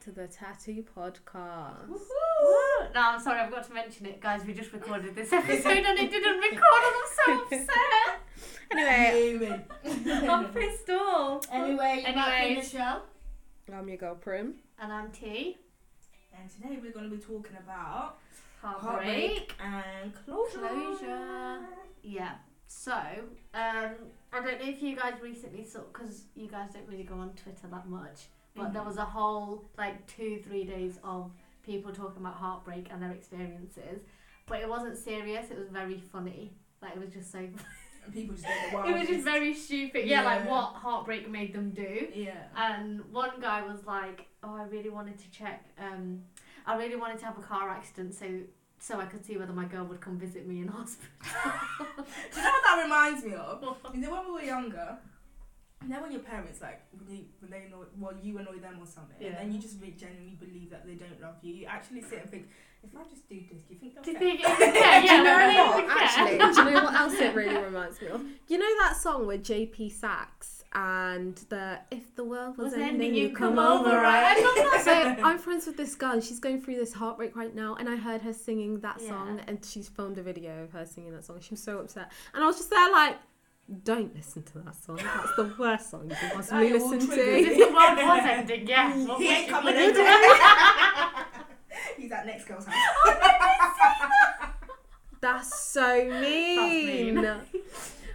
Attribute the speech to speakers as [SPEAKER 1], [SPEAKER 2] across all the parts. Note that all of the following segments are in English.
[SPEAKER 1] to the Tattoo Podcast.
[SPEAKER 2] Woo! No, I'm sorry, I've got to mention it, guys. We just recorded this episode and it didn't record, and I'm so upset.
[SPEAKER 1] Anyway,
[SPEAKER 3] Human.
[SPEAKER 2] I'm pissed off.
[SPEAKER 3] Anyway, you're back in the
[SPEAKER 2] Anyways.
[SPEAKER 3] show.
[SPEAKER 1] I'm your girl Prim.
[SPEAKER 2] And I'm T.
[SPEAKER 3] And today we're going to be talking about
[SPEAKER 2] Heartbreak.
[SPEAKER 3] and closure.
[SPEAKER 2] Closure. Yeah. So, um, I don't know if you guys recently saw, because you guys don't really go on Twitter that much, but there was a whole, like, two, three days of people talking about heartbreak and their experiences. But it wasn't serious, it was very funny. Like, it was just so
[SPEAKER 3] And people just get
[SPEAKER 2] It
[SPEAKER 3] the
[SPEAKER 2] was just
[SPEAKER 3] wildest-
[SPEAKER 2] very stupid. Yeah, like
[SPEAKER 3] Yeah.
[SPEAKER 2] what heartbreak made them do.
[SPEAKER 3] Yeah.
[SPEAKER 2] And one guy was like, "Oh, I really wanted to check. Um, I really wanted to have a car accident so so I could see whether my girl would come visit me in hospital."
[SPEAKER 3] Do you know what that reminds me of? You know when we were younger, you know when your parents like when, you, when they annoy, well you annoy them or something,
[SPEAKER 2] Yeah.
[SPEAKER 3] and then you just really genuinely believe that they don't love you. You actually sit and think, if I just do this, do you think they'll
[SPEAKER 2] Do you
[SPEAKER 3] care?"
[SPEAKER 2] think it would care?
[SPEAKER 1] do you
[SPEAKER 2] Yeah,
[SPEAKER 1] know
[SPEAKER 2] whether it
[SPEAKER 1] what?
[SPEAKER 2] would care.
[SPEAKER 1] Actually, do you know what else it really reminds me of? You know that song with JP Sachs and the If the World Was, ending, You Come Over, Right? so I'm friends with this girl and she's going through this heartbreak right now and I heard her singing that
[SPEAKER 2] Yeah.
[SPEAKER 1] song and she's filmed a video of her singing that song. She was so upset. And I was just there like, don't listen to that song. That's the worst song you can possibly
[SPEAKER 3] That will
[SPEAKER 1] listen
[SPEAKER 3] trigger
[SPEAKER 1] to.
[SPEAKER 3] you.
[SPEAKER 2] If the world was ending, yeah. What
[SPEAKER 3] He
[SPEAKER 2] would
[SPEAKER 3] ain't
[SPEAKER 2] you
[SPEAKER 3] coming
[SPEAKER 2] believe?
[SPEAKER 3] anyway. He's at next girl's house.
[SPEAKER 1] That's so mean.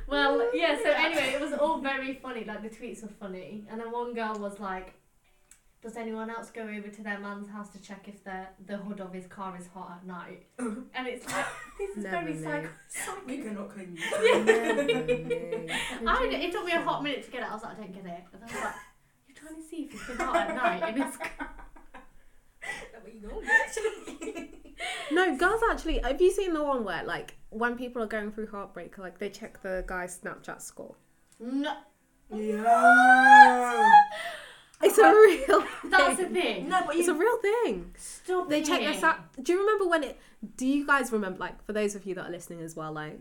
[SPEAKER 2] Well, yeah, so anyway, it was all very funny. Like, the tweets were funny. And then one girl was like, Does anyone else go over to their man's house to check if the, the hood of his car is hot at night? and it's like, This is
[SPEAKER 1] Never
[SPEAKER 2] very
[SPEAKER 1] knew.
[SPEAKER 2] psycho.
[SPEAKER 3] we cannot claim you.
[SPEAKER 2] I, it took me a hot minute to get it. I was like, I don't get it. And I was like, You're trying to see if it's been hot at night. And it's
[SPEAKER 3] That's where you go, bitch.
[SPEAKER 1] No, girls actually. Have you seen the one where like when people are going through heartbreak, like they check the guy's Snapchat score?
[SPEAKER 2] no.
[SPEAKER 3] Yeah.
[SPEAKER 1] It's a real.
[SPEAKER 2] That's the thing.
[SPEAKER 3] No, but
[SPEAKER 1] It's a
[SPEAKER 3] you.
[SPEAKER 1] real thing.
[SPEAKER 2] Stop
[SPEAKER 1] They check their
[SPEAKER 2] it.
[SPEAKER 1] snap. Do you remember when it? Do you guys remember? Like for those of you that are listening as well, like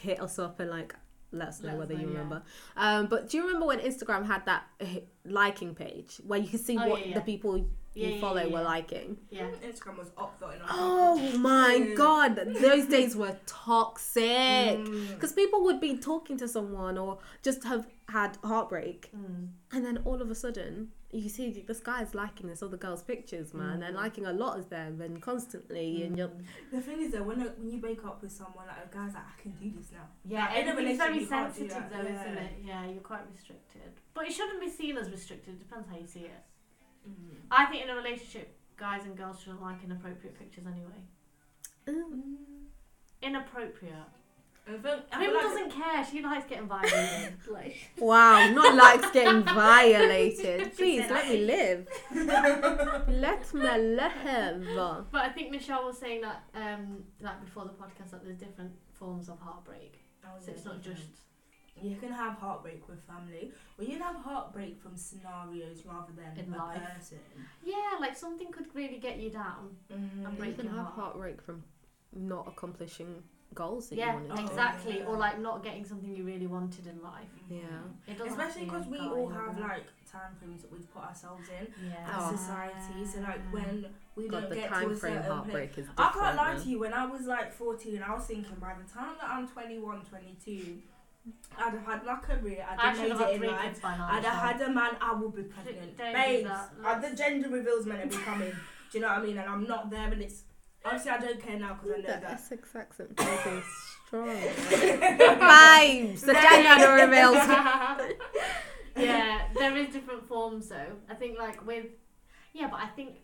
[SPEAKER 1] hit us up and like let us know
[SPEAKER 2] Let us
[SPEAKER 1] whether
[SPEAKER 2] know,
[SPEAKER 1] you
[SPEAKER 2] yeah.
[SPEAKER 1] remember. Um, but do you remember when Instagram had that hi- liking page where you could see
[SPEAKER 2] Oh,
[SPEAKER 1] what
[SPEAKER 2] yeah, yeah.
[SPEAKER 1] the people you
[SPEAKER 2] Yeah, yeah,
[SPEAKER 1] follow
[SPEAKER 2] yeah,
[SPEAKER 1] were
[SPEAKER 2] yeah.
[SPEAKER 1] liking?
[SPEAKER 2] Yeah.
[SPEAKER 3] Instagram was up though. in our-
[SPEAKER 1] Oh my
[SPEAKER 3] Yeah.
[SPEAKER 1] god, those days were
[SPEAKER 2] Oh,
[SPEAKER 1] toxic.
[SPEAKER 3] Mm.
[SPEAKER 1] Because people would be talking to someone or just have had heartbreak,
[SPEAKER 2] Mm.
[SPEAKER 1] and then all of a sudden, you see this guy's liking this other girl's pictures, man,
[SPEAKER 3] Mm.
[SPEAKER 1] and liking a lot of them and constantly. And you're,
[SPEAKER 3] The thing is that when when you break up with someone, like a guy's like, I can do this now.
[SPEAKER 2] Yeah,
[SPEAKER 3] Like, in a
[SPEAKER 2] everything's very
[SPEAKER 3] relationship, you can't do
[SPEAKER 2] sensitive
[SPEAKER 3] that.
[SPEAKER 2] though,
[SPEAKER 3] Yeah.
[SPEAKER 2] isn't it? Yeah, you're quite restricted. But it shouldn't be seen as restricted, it depends how you see it. I think in a relationship, guys and girls shouldn't like inappropriate pictures anyway.
[SPEAKER 1] Mm.
[SPEAKER 2] Inappropriate.
[SPEAKER 3] And I think- I
[SPEAKER 2] Prim
[SPEAKER 3] feel like-
[SPEAKER 2] doesn't care, she likes getting violated. like,
[SPEAKER 1] wow, not likes getting violated. Please
[SPEAKER 2] said,
[SPEAKER 1] let me live. let me live.
[SPEAKER 2] but I think Michelle was saying that um, like before the podcast that there's different forms of heartbreak. So it's not just.
[SPEAKER 3] You can have heartbreak with family, or you can have heartbreak from scenarios rather than
[SPEAKER 2] In
[SPEAKER 3] a
[SPEAKER 2] life.
[SPEAKER 3] person.
[SPEAKER 2] Yeah, like something could really get you down.
[SPEAKER 3] Mm.
[SPEAKER 1] You
[SPEAKER 2] Break
[SPEAKER 1] can
[SPEAKER 2] your
[SPEAKER 1] have
[SPEAKER 2] heart.
[SPEAKER 1] heartbreak from not accomplishing goals that
[SPEAKER 2] yeah,
[SPEAKER 1] you wanted.
[SPEAKER 3] Oh,
[SPEAKER 1] to.
[SPEAKER 2] exactly.
[SPEAKER 3] yeah.
[SPEAKER 2] Or like not getting something you really wanted in life.
[SPEAKER 1] Yeah.
[SPEAKER 2] It doesn't have to
[SPEAKER 3] Mm. Especially
[SPEAKER 2] be a
[SPEAKER 3] because we
[SPEAKER 2] guy
[SPEAKER 3] all
[SPEAKER 2] or
[SPEAKER 3] have
[SPEAKER 2] girl.
[SPEAKER 3] like time frames that we've put ourselves in
[SPEAKER 2] yeah. Ah.
[SPEAKER 3] as
[SPEAKER 1] Oh.
[SPEAKER 3] society. So like when we
[SPEAKER 1] God,
[SPEAKER 3] don't
[SPEAKER 1] the
[SPEAKER 3] get to
[SPEAKER 1] time
[SPEAKER 3] a
[SPEAKER 1] frame
[SPEAKER 3] certain place,
[SPEAKER 1] heartbreak is different.
[SPEAKER 3] I can't lie
[SPEAKER 1] man.
[SPEAKER 3] to you, when I was like 14, I was thinking by the time that I'm 21, 22, I'd have had my career, I'd
[SPEAKER 2] I
[SPEAKER 3] have
[SPEAKER 2] should
[SPEAKER 3] made
[SPEAKER 2] have had
[SPEAKER 3] it
[SPEAKER 2] three
[SPEAKER 3] in life,
[SPEAKER 2] kids by now.
[SPEAKER 3] I'd
[SPEAKER 2] so.
[SPEAKER 3] have had a man, I would be pregnant.
[SPEAKER 2] Don't do
[SPEAKER 3] Babes,
[SPEAKER 2] that.
[SPEAKER 3] uh, the gender reveals meant to be coming. Do you know what I mean? And I'm not there, and it's obviously I don't care now because I know
[SPEAKER 1] The
[SPEAKER 3] that.
[SPEAKER 1] Essex accent is strong. Vibes. The gender reveals.
[SPEAKER 2] yeah, there is different forms though. I think like with yeah, but I think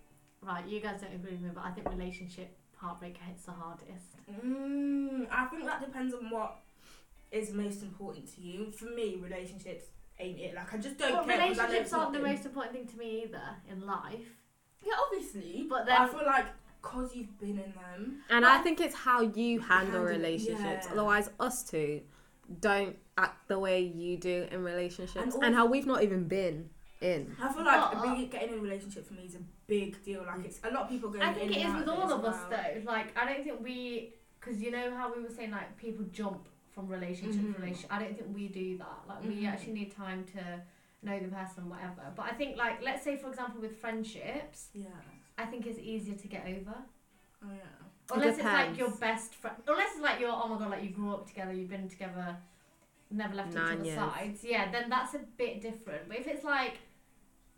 [SPEAKER 2] right, you guys don't agree with me, but I think relationship heartbreak hits the hardest.
[SPEAKER 3] Mm, I think that depends on what is most important to you. For me, relationships ain't it. Like I just don't
[SPEAKER 2] But
[SPEAKER 3] care. 'cause I know
[SPEAKER 2] relationships
[SPEAKER 3] it's
[SPEAKER 2] aren't the
[SPEAKER 3] nothing.
[SPEAKER 2] most important thing to me either in life.
[SPEAKER 3] Yeah, obviously.
[SPEAKER 2] But
[SPEAKER 3] But
[SPEAKER 2] then-
[SPEAKER 3] I feel like because you've been in them.
[SPEAKER 1] And I think it's how you handle
[SPEAKER 3] Handle-
[SPEAKER 1] relationships.
[SPEAKER 3] yeah.
[SPEAKER 1] Otherwise, us two don't act the way you do in relationships, and,
[SPEAKER 3] And also-
[SPEAKER 1] how we've not even been in.
[SPEAKER 3] I feel like
[SPEAKER 2] But-
[SPEAKER 3] being- getting in a relationship for me is a big deal. Like it's a lot of people going.
[SPEAKER 2] I think
[SPEAKER 3] in
[SPEAKER 2] it
[SPEAKER 3] and
[SPEAKER 2] is with
[SPEAKER 3] out
[SPEAKER 2] all
[SPEAKER 3] it
[SPEAKER 2] of
[SPEAKER 3] as
[SPEAKER 2] us
[SPEAKER 3] well.
[SPEAKER 2] though. Like I don't think we because you know how we were saying like people jump from relationship
[SPEAKER 3] Mhm.
[SPEAKER 2] to relationship. I don't think we do that. Like we
[SPEAKER 3] Mhm.
[SPEAKER 2] actually need time to know the person, whatever. But I think like let's say for example with friendships,
[SPEAKER 3] Yeah.
[SPEAKER 2] I think it's easier to get over.
[SPEAKER 3] Oh yeah.
[SPEAKER 1] It
[SPEAKER 2] Unless it's like
[SPEAKER 1] depends.
[SPEAKER 2] your best friend. Unless it's like your oh my god, like you grew up together, you've been together, never left each
[SPEAKER 1] Nine
[SPEAKER 2] other's
[SPEAKER 1] years.
[SPEAKER 2] sides. Yeah, then that's a bit different. But if it's like,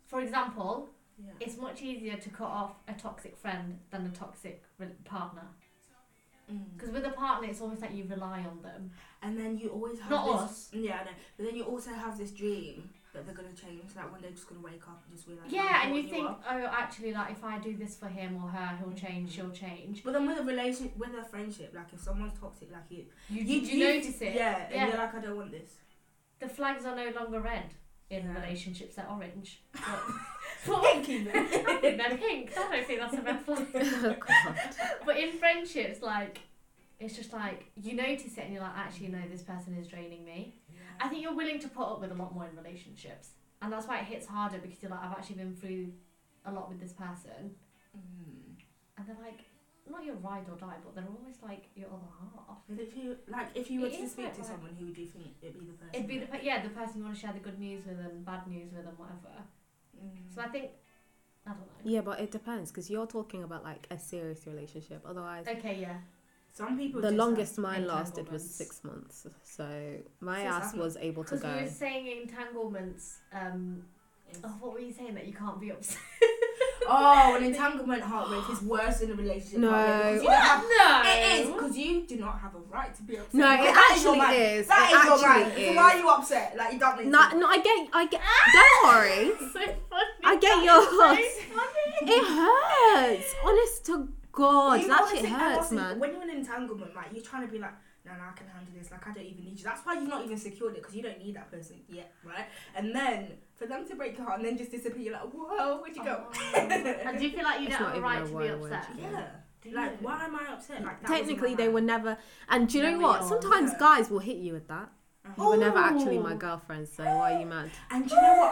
[SPEAKER 2] for example,
[SPEAKER 3] Yeah.
[SPEAKER 2] it's much easier to cut off a toxic friend than a toxic re- partner.
[SPEAKER 3] Mm.
[SPEAKER 2] Because with a partner, it's almost like you rely on them.
[SPEAKER 3] And then you always have
[SPEAKER 2] Not
[SPEAKER 3] this,
[SPEAKER 2] us.
[SPEAKER 3] Yeah, I know. But then you also have this dream that they're gonna change. Like one day, just gonna wake up and just realize.
[SPEAKER 2] yeah, and you think, oh, actually, like if I do this for him or her, he'll change.
[SPEAKER 3] Mm-hmm.
[SPEAKER 2] She'll change.
[SPEAKER 3] But then with a relation, with a friendship, like if someone's toxic, like you,
[SPEAKER 2] You you, you notice it.
[SPEAKER 3] Yeah,
[SPEAKER 2] Yeah.
[SPEAKER 3] and you're like, I don't want this.
[SPEAKER 2] The flags are no longer red in
[SPEAKER 3] Yeah.
[SPEAKER 2] relationships; they're orange. But- I've been pink. I don't think that's a red flag.
[SPEAKER 1] oh god.
[SPEAKER 2] But in friendships, like, it's just like you notice it and you're like, actually, no, this person is draining me. I think you're willing to put up with a lot more in relationships, and that's why it hits harder because you're like, I've actually been through a lot with this person,
[SPEAKER 3] Mm.
[SPEAKER 2] and they're like, not your ride or die, but they're always like your other half.
[SPEAKER 3] And if you like, if you were
[SPEAKER 2] It
[SPEAKER 3] to
[SPEAKER 2] is
[SPEAKER 3] speak
[SPEAKER 2] like
[SPEAKER 3] to
[SPEAKER 2] that.
[SPEAKER 3] someone, who would you think it'd be the person?
[SPEAKER 2] It'd be the, yeah, the person you want to share the good news with and bad news with and whatever.
[SPEAKER 3] Mm.
[SPEAKER 2] So I think, I don't know.
[SPEAKER 1] Yeah, but it depends because you're talking about like a serious relationship. Otherwise,
[SPEAKER 2] Okay, yeah.
[SPEAKER 3] Some people.
[SPEAKER 1] the
[SPEAKER 3] just
[SPEAKER 1] longest mine
[SPEAKER 2] entanglements.
[SPEAKER 1] lasted was six months. So my
[SPEAKER 3] Six
[SPEAKER 1] ass was able to
[SPEAKER 2] Because
[SPEAKER 1] go.
[SPEAKER 2] we were saying entanglements. Um,
[SPEAKER 3] Have,
[SPEAKER 2] oh, what were you saying that you can't be upset?
[SPEAKER 3] oh, an entanglement heartbreak is worse than a relationship.
[SPEAKER 1] No.
[SPEAKER 3] heartbreak because you don't have
[SPEAKER 2] no,
[SPEAKER 3] It is because you do not have a right to be upset.
[SPEAKER 1] No, it
[SPEAKER 3] That is your
[SPEAKER 1] actually
[SPEAKER 3] right.
[SPEAKER 1] is.
[SPEAKER 3] That
[SPEAKER 1] It
[SPEAKER 3] is your
[SPEAKER 1] actually
[SPEAKER 3] right.
[SPEAKER 1] is.
[SPEAKER 3] So why are you upset? Like you don't need
[SPEAKER 1] No,
[SPEAKER 3] to.
[SPEAKER 1] no, I get, I get. Don't worry,
[SPEAKER 2] so funny.
[SPEAKER 1] I get
[SPEAKER 2] That is
[SPEAKER 1] yours.
[SPEAKER 2] so funny.
[SPEAKER 1] It hurts. Honest to God,
[SPEAKER 3] You
[SPEAKER 1] that
[SPEAKER 3] honestly-
[SPEAKER 1] shit
[SPEAKER 3] and
[SPEAKER 1] hurts,
[SPEAKER 3] honestly,
[SPEAKER 1] man.
[SPEAKER 3] When you're in an entanglement, like you're trying to be like, no, no, I can handle this. Like I don't even need you. That's why you've not even secured it because you don't need that person yet, right? And then for them to break your heart and then just disappear, you're like, whoa, where'd you go?
[SPEAKER 2] Oh, and do you feel like you
[SPEAKER 1] It's
[SPEAKER 2] don't have
[SPEAKER 1] not
[SPEAKER 2] a
[SPEAKER 1] even a
[SPEAKER 2] right to be
[SPEAKER 1] word, word.
[SPEAKER 2] upset?
[SPEAKER 3] yeah.
[SPEAKER 2] Do
[SPEAKER 3] Like
[SPEAKER 2] you?
[SPEAKER 3] why am I upset? Like that
[SPEAKER 1] Technically,
[SPEAKER 3] wasn't
[SPEAKER 1] they
[SPEAKER 3] my
[SPEAKER 1] were never. And do you know
[SPEAKER 2] Never
[SPEAKER 1] what?
[SPEAKER 2] yours.
[SPEAKER 1] Sometimes
[SPEAKER 3] Yeah.
[SPEAKER 1] guys will hit you with that. You were never actually my
[SPEAKER 2] Ooh.
[SPEAKER 1] girlfriend, so why are you mad?
[SPEAKER 3] right. Uh-huh. Oh, And do you know what?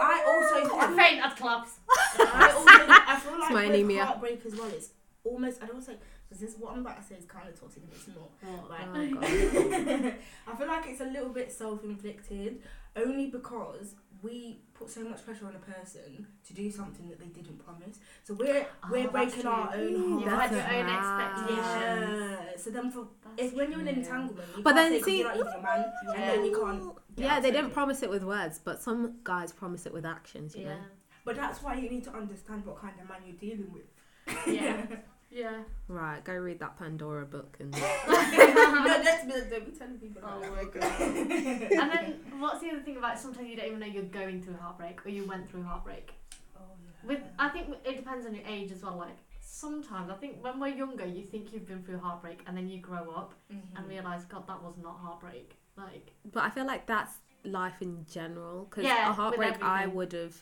[SPEAKER 3] I also
[SPEAKER 2] I
[SPEAKER 3] think
[SPEAKER 2] faint at clubs.
[SPEAKER 3] I also- I feel like
[SPEAKER 1] my
[SPEAKER 3] with
[SPEAKER 1] anemia.
[SPEAKER 3] heartbreak as well. It's almost I don't want to say because this what I'm about to say is kind of toxic and it's not. Right.
[SPEAKER 1] Oh god.
[SPEAKER 3] I feel like it's a little bit self-inflicted, only because we put so much pressure on a person to do something that they didn't promise. So we're
[SPEAKER 2] Oh,
[SPEAKER 3] we're
[SPEAKER 2] that's
[SPEAKER 3] breaking our
[SPEAKER 2] true.
[SPEAKER 3] own
[SPEAKER 2] You've
[SPEAKER 3] heart.
[SPEAKER 2] had your own
[SPEAKER 1] That's
[SPEAKER 2] expectations.
[SPEAKER 3] Yeah. So then, for if when you're in an entanglement, you
[SPEAKER 1] But
[SPEAKER 3] can't
[SPEAKER 1] then
[SPEAKER 3] say 'cause
[SPEAKER 1] see-
[SPEAKER 3] you're not even a man, and then you can't. get
[SPEAKER 1] Oh. Yeah, they
[SPEAKER 3] upset.
[SPEAKER 1] didn't promise it with words, but some guys promise it with actions. You
[SPEAKER 2] Yeah.
[SPEAKER 1] know.
[SPEAKER 3] But that's why you need to understand what kind of man you're dealing with.
[SPEAKER 2] Yeah. Yeah.
[SPEAKER 1] Right, go read that Pandora book and
[SPEAKER 3] no, that's don't be telling people.
[SPEAKER 2] Oh
[SPEAKER 3] that.
[SPEAKER 2] my god. and then what's the other thing about sometimes you don't even know you're going through heartbreak or you went through heartbreak.
[SPEAKER 3] Oh, yeah.
[SPEAKER 2] With I think it depends on your age as well. Like sometimes I think when we're younger, you think you've been through heartbreak, and then you grow up
[SPEAKER 3] Mhm.
[SPEAKER 2] and realize, God, that was not heartbreak. Like
[SPEAKER 1] But I feel like that's life in general because
[SPEAKER 2] Yeah,
[SPEAKER 1] a
[SPEAKER 2] with
[SPEAKER 1] heartbreak I
[SPEAKER 2] everything.
[SPEAKER 1] would have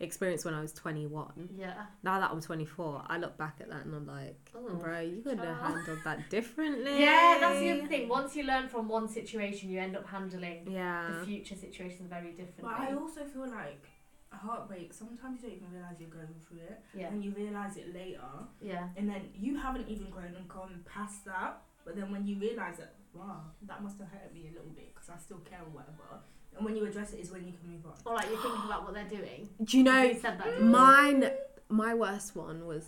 [SPEAKER 1] experienced when I was 21.
[SPEAKER 2] yeah,
[SPEAKER 1] Now that I'm 24, I look back at that and I'm like,
[SPEAKER 2] Ooh,
[SPEAKER 1] bro, you could have
[SPEAKER 2] Oh, child."
[SPEAKER 1] handled that differently.
[SPEAKER 2] yeah, that's the other thing. Once you learn from one situation, you end up handling
[SPEAKER 1] Yeah.
[SPEAKER 2] the future situations very differently.
[SPEAKER 3] But I also feel like a heartbreak, sometimes you don't even realise you're going through it.
[SPEAKER 2] Yeah,
[SPEAKER 3] And you realise it later.
[SPEAKER 2] yeah,
[SPEAKER 3] And then you haven't even grown and gone past that. But then when you realise that, wow, that must have hurt me a little bit because I still care or whatever. And when you address it is when you can move on.
[SPEAKER 2] or like you're thinking about what they're doing.
[SPEAKER 1] Do you know
[SPEAKER 2] you said that. didn't you?
[SPEAKER 1] mine? My worst one was.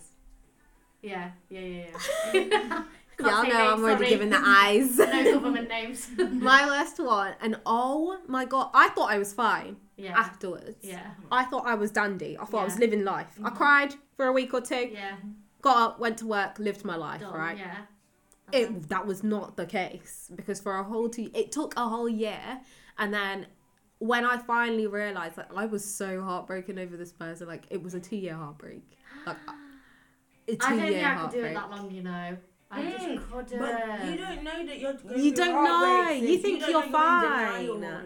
[SPEAKER 2] Yeah, yeah, yeah. yeah. Can't
[SPEAKER 1] yeah, I
[SPEAKER 2] say
[SPEAKER 1] know.
[SPEAKER 2] names,
[SPEAKER 1] I'm already
[SPEAKER 2] sorry.
[SPEAKER 1] giving the eyes.
[SPEAKER 2] no government names.
[SPEAKER 1] my worst one, and oh my god, I thought I was fine
[SPEAKER 2] Yeah,
[SPEAKER 1] afterwards.
[SPEAKER 2] yeah,
[SPEAKER 1] I thought I was dandy. I thought I was
[SPEAKER 2] Yeah. Mm-hmm.
[SPEAKER 1] living life. I cried for a week or two.
[SPEAKER 2] yeah.
[SPEAKER 1] Got up, went to work, lived my life.
[SPEAKER 2] Done.
[SPEAKER 1] right.
[SPEAKER 2] Yeah. Uh-huh.
[SPEAKER 1] it that was not the case because for a whole two it took a whole year and then when i finally realized that i was so heartbroken over this person like it was a two year heartbreak like a two
[SPEAKER 2] I don't
[SPEAKER 1] year
[SPEAKER 2] think I could do it
[SPEAKER 1] heartbreak
[SPEAKER 2] that long, you know. I
[SPEAKER 3] Mm,
[SPEAKER 2] just couldn't.
[SPEAKER 3] But you don't know that you're going
[SPEAKER 1] You
[SPEAKER 3] through
[SPEAKER 1] don't know.
[SPEAKER 3] heartbreaks,
[SPEAKER 1] You
[SPEAKER 3] sis.
[SPEAKER 1] think
[SPEAKER 3] don't
[SPEAKER 1] you're
[SPEAKER 3] know you're in
[SPEAKER 1] fine.
[SPEAKER 3] denial.
[SPEAKER 2] no.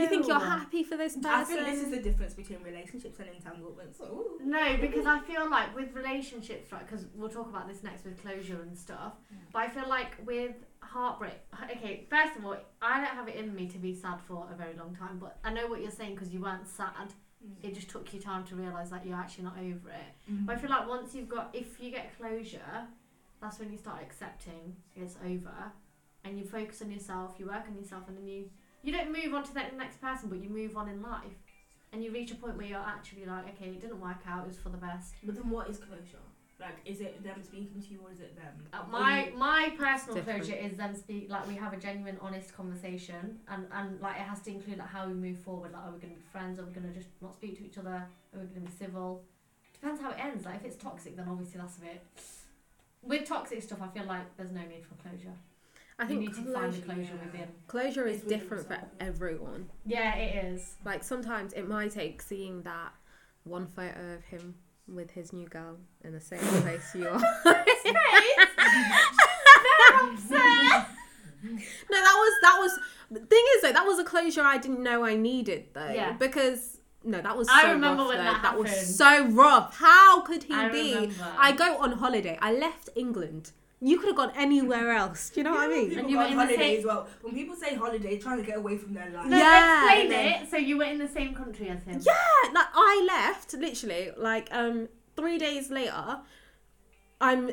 [SPEAKER 1] you think you're happy for this
[SPEAKER 3] I think this
[SPEAKER 1] person
[SPEAKER 3] is the difference between relationships and entanglements. Ooh.
[SPEAKER 2] No, because I feel like with relationships, right? Because we'll talk about this next with closure and stuff. But I feel like with heartbreak. Okay, first of all, I don't have it in me to be sad for a very long time. But I know what you're saying because you weren't sad.
[SPEAKER 3] Mm.
[SPEAKER 2] It just took you time to realise that you're actually not over it. But I feel like once you've got, if you get closure, that's when you start accepting it's over, and you focus on yourself, you work on yourself, and then you you don't move on to the next person, but you move on in life. and you reach a point where you're actually like, okay, it didn't work out. It was for the best.
[SPEAKER 3] But then what is closure? Like, is it them speaking to you or is it them?
[SPEAKER 2] Uh, my my personal
[SPEAKER 1] Different.
[SPEAKER 2] closure is them speak like we have a genuine, honest conversation, and and like it has to include like how we move forward. Like, are we going to be friends? Are we going to just not speak to each other? Are we going to be civil? Depends how it ends. Like if it's toxic, then obviously that's a bit. With toxic stuff, I feel like there's no need for closure.
[SPEAKER 1] I
[SPEAKER 2] you
[SPEAKER 1] think
[SPEAKER 2] need to find
[SPEAKER 1] closure,
[SPEAKER 2] the closure
[SPEAKER 3] yeah.
[SPEAKER 2] within.
[SPEAKER 1] closure is
[SPEAKER 3] It's within
[SPEAKER 1] different for
[SPEAKER 3] yourself.
[SPEAKER 1] everyone.
[SPEAKER 2] Yeah, it is.
[SPEAKER 1] Like sometimes it might take seeing that one photo of him with his new girl in the same place you are. No, that was that was the thing is though that was a closure I didn't know I needed though
[SPEAKER 2] Yeah.
[SPEAKER 1] because no that was so
[SPEAKER 2] I remember
[SPEAKER 1] rough,
[SPEAKER 2] when
[SPEAKER 1] though.
[SPEAKER 2] that
[SPEAKER 1] was so rough. How could he
[SPEAKER 2] I
[SPEAKER 1] be?
[SPEAKER 2] remember.
[SPEAKER 1] I go on holiday. I left England. You could have gone anywhere else. Do you know what I mean?
[SPEAKER 3] People
[SPEAKER 2] And you
[SPEAKER 3] go
[SPEAKER 2] were
[SPEAKER 3] on
[SPEAKER 2] in the
[SPEAKER 3] holiday
[SPEAKER 2] same-
[SPEAKER 3] as well. When people say holiday, they're trying to get away from their life.
[SPEAKER 2] No,
[SPEAKER 1] Yeah.
[SPEAKER 2] explain
[SPEAKER 3] Then-
[SPEAKER 2] it. So you were in the same country as him.
[SPEAKER 1] Yeah, like I left literally like um three days later. I'm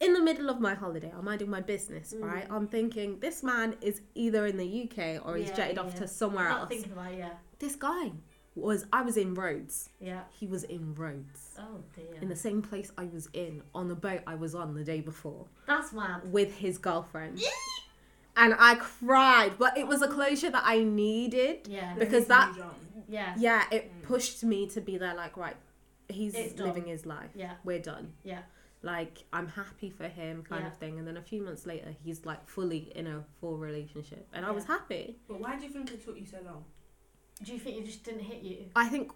[SPEAKER 1] in the middle of my holiday. I'm minding my business,
[SPEAKER 2] Mm.
[SPEAKER 1] right? I'm thinking this man is either in the UK or he's
[SPEAKER 2] Yeah,
[SPEAKER 1] jetted off
[SPEAKER 2] yeah.
[SPEAKER 1] to somewhere
[SPEAKER 2] Not
[SPEAKER 1] else.
[SPEAKER 2] thinking about it, yeah.
[SPEAKER 1] This guy was I was in Rhodes.
[SPEAKER 2] Yeah.
[SPEAKER 1] He was in Rhodes.
[SPEAKER 2] Oh dear.
[SPEAKER 1] in the same place I was in on the boat I was on the day before
[SPEAKER 2] That's mad.
[SPEAKER 1] with his girlfriend. and I cried, but it was a closure that I needed.
[SPEAKER 2] Yeah.
[SPEAKER 1] But- Because that-
[SPEAKER 2] Yeah.
[SPEAKER 1] Yeah, it pushed me to be there like, right, he's
[SPEAKER 2] It's done.
[SPEAKER 1] living his life.
[SPEAKER 2] Yeah.
[SPEAKER 1] We're done.
[SPEAKER 2] Yeah.
[SPEAKER 1] Like I'm happy for him kind
[SPEAKER 2] Yeah.
[SPEAKER 1] of thing. And then a few months later he's like fully in a full relationship. And I was
[SPEAKER 2] Yeah.
[SPEAKER 1] happy.
[SPEAKER 3] But why do you think it took you so long?
[SPEAKER 2] Do you think you just didn't hit you?
[SPEAKER 1] I think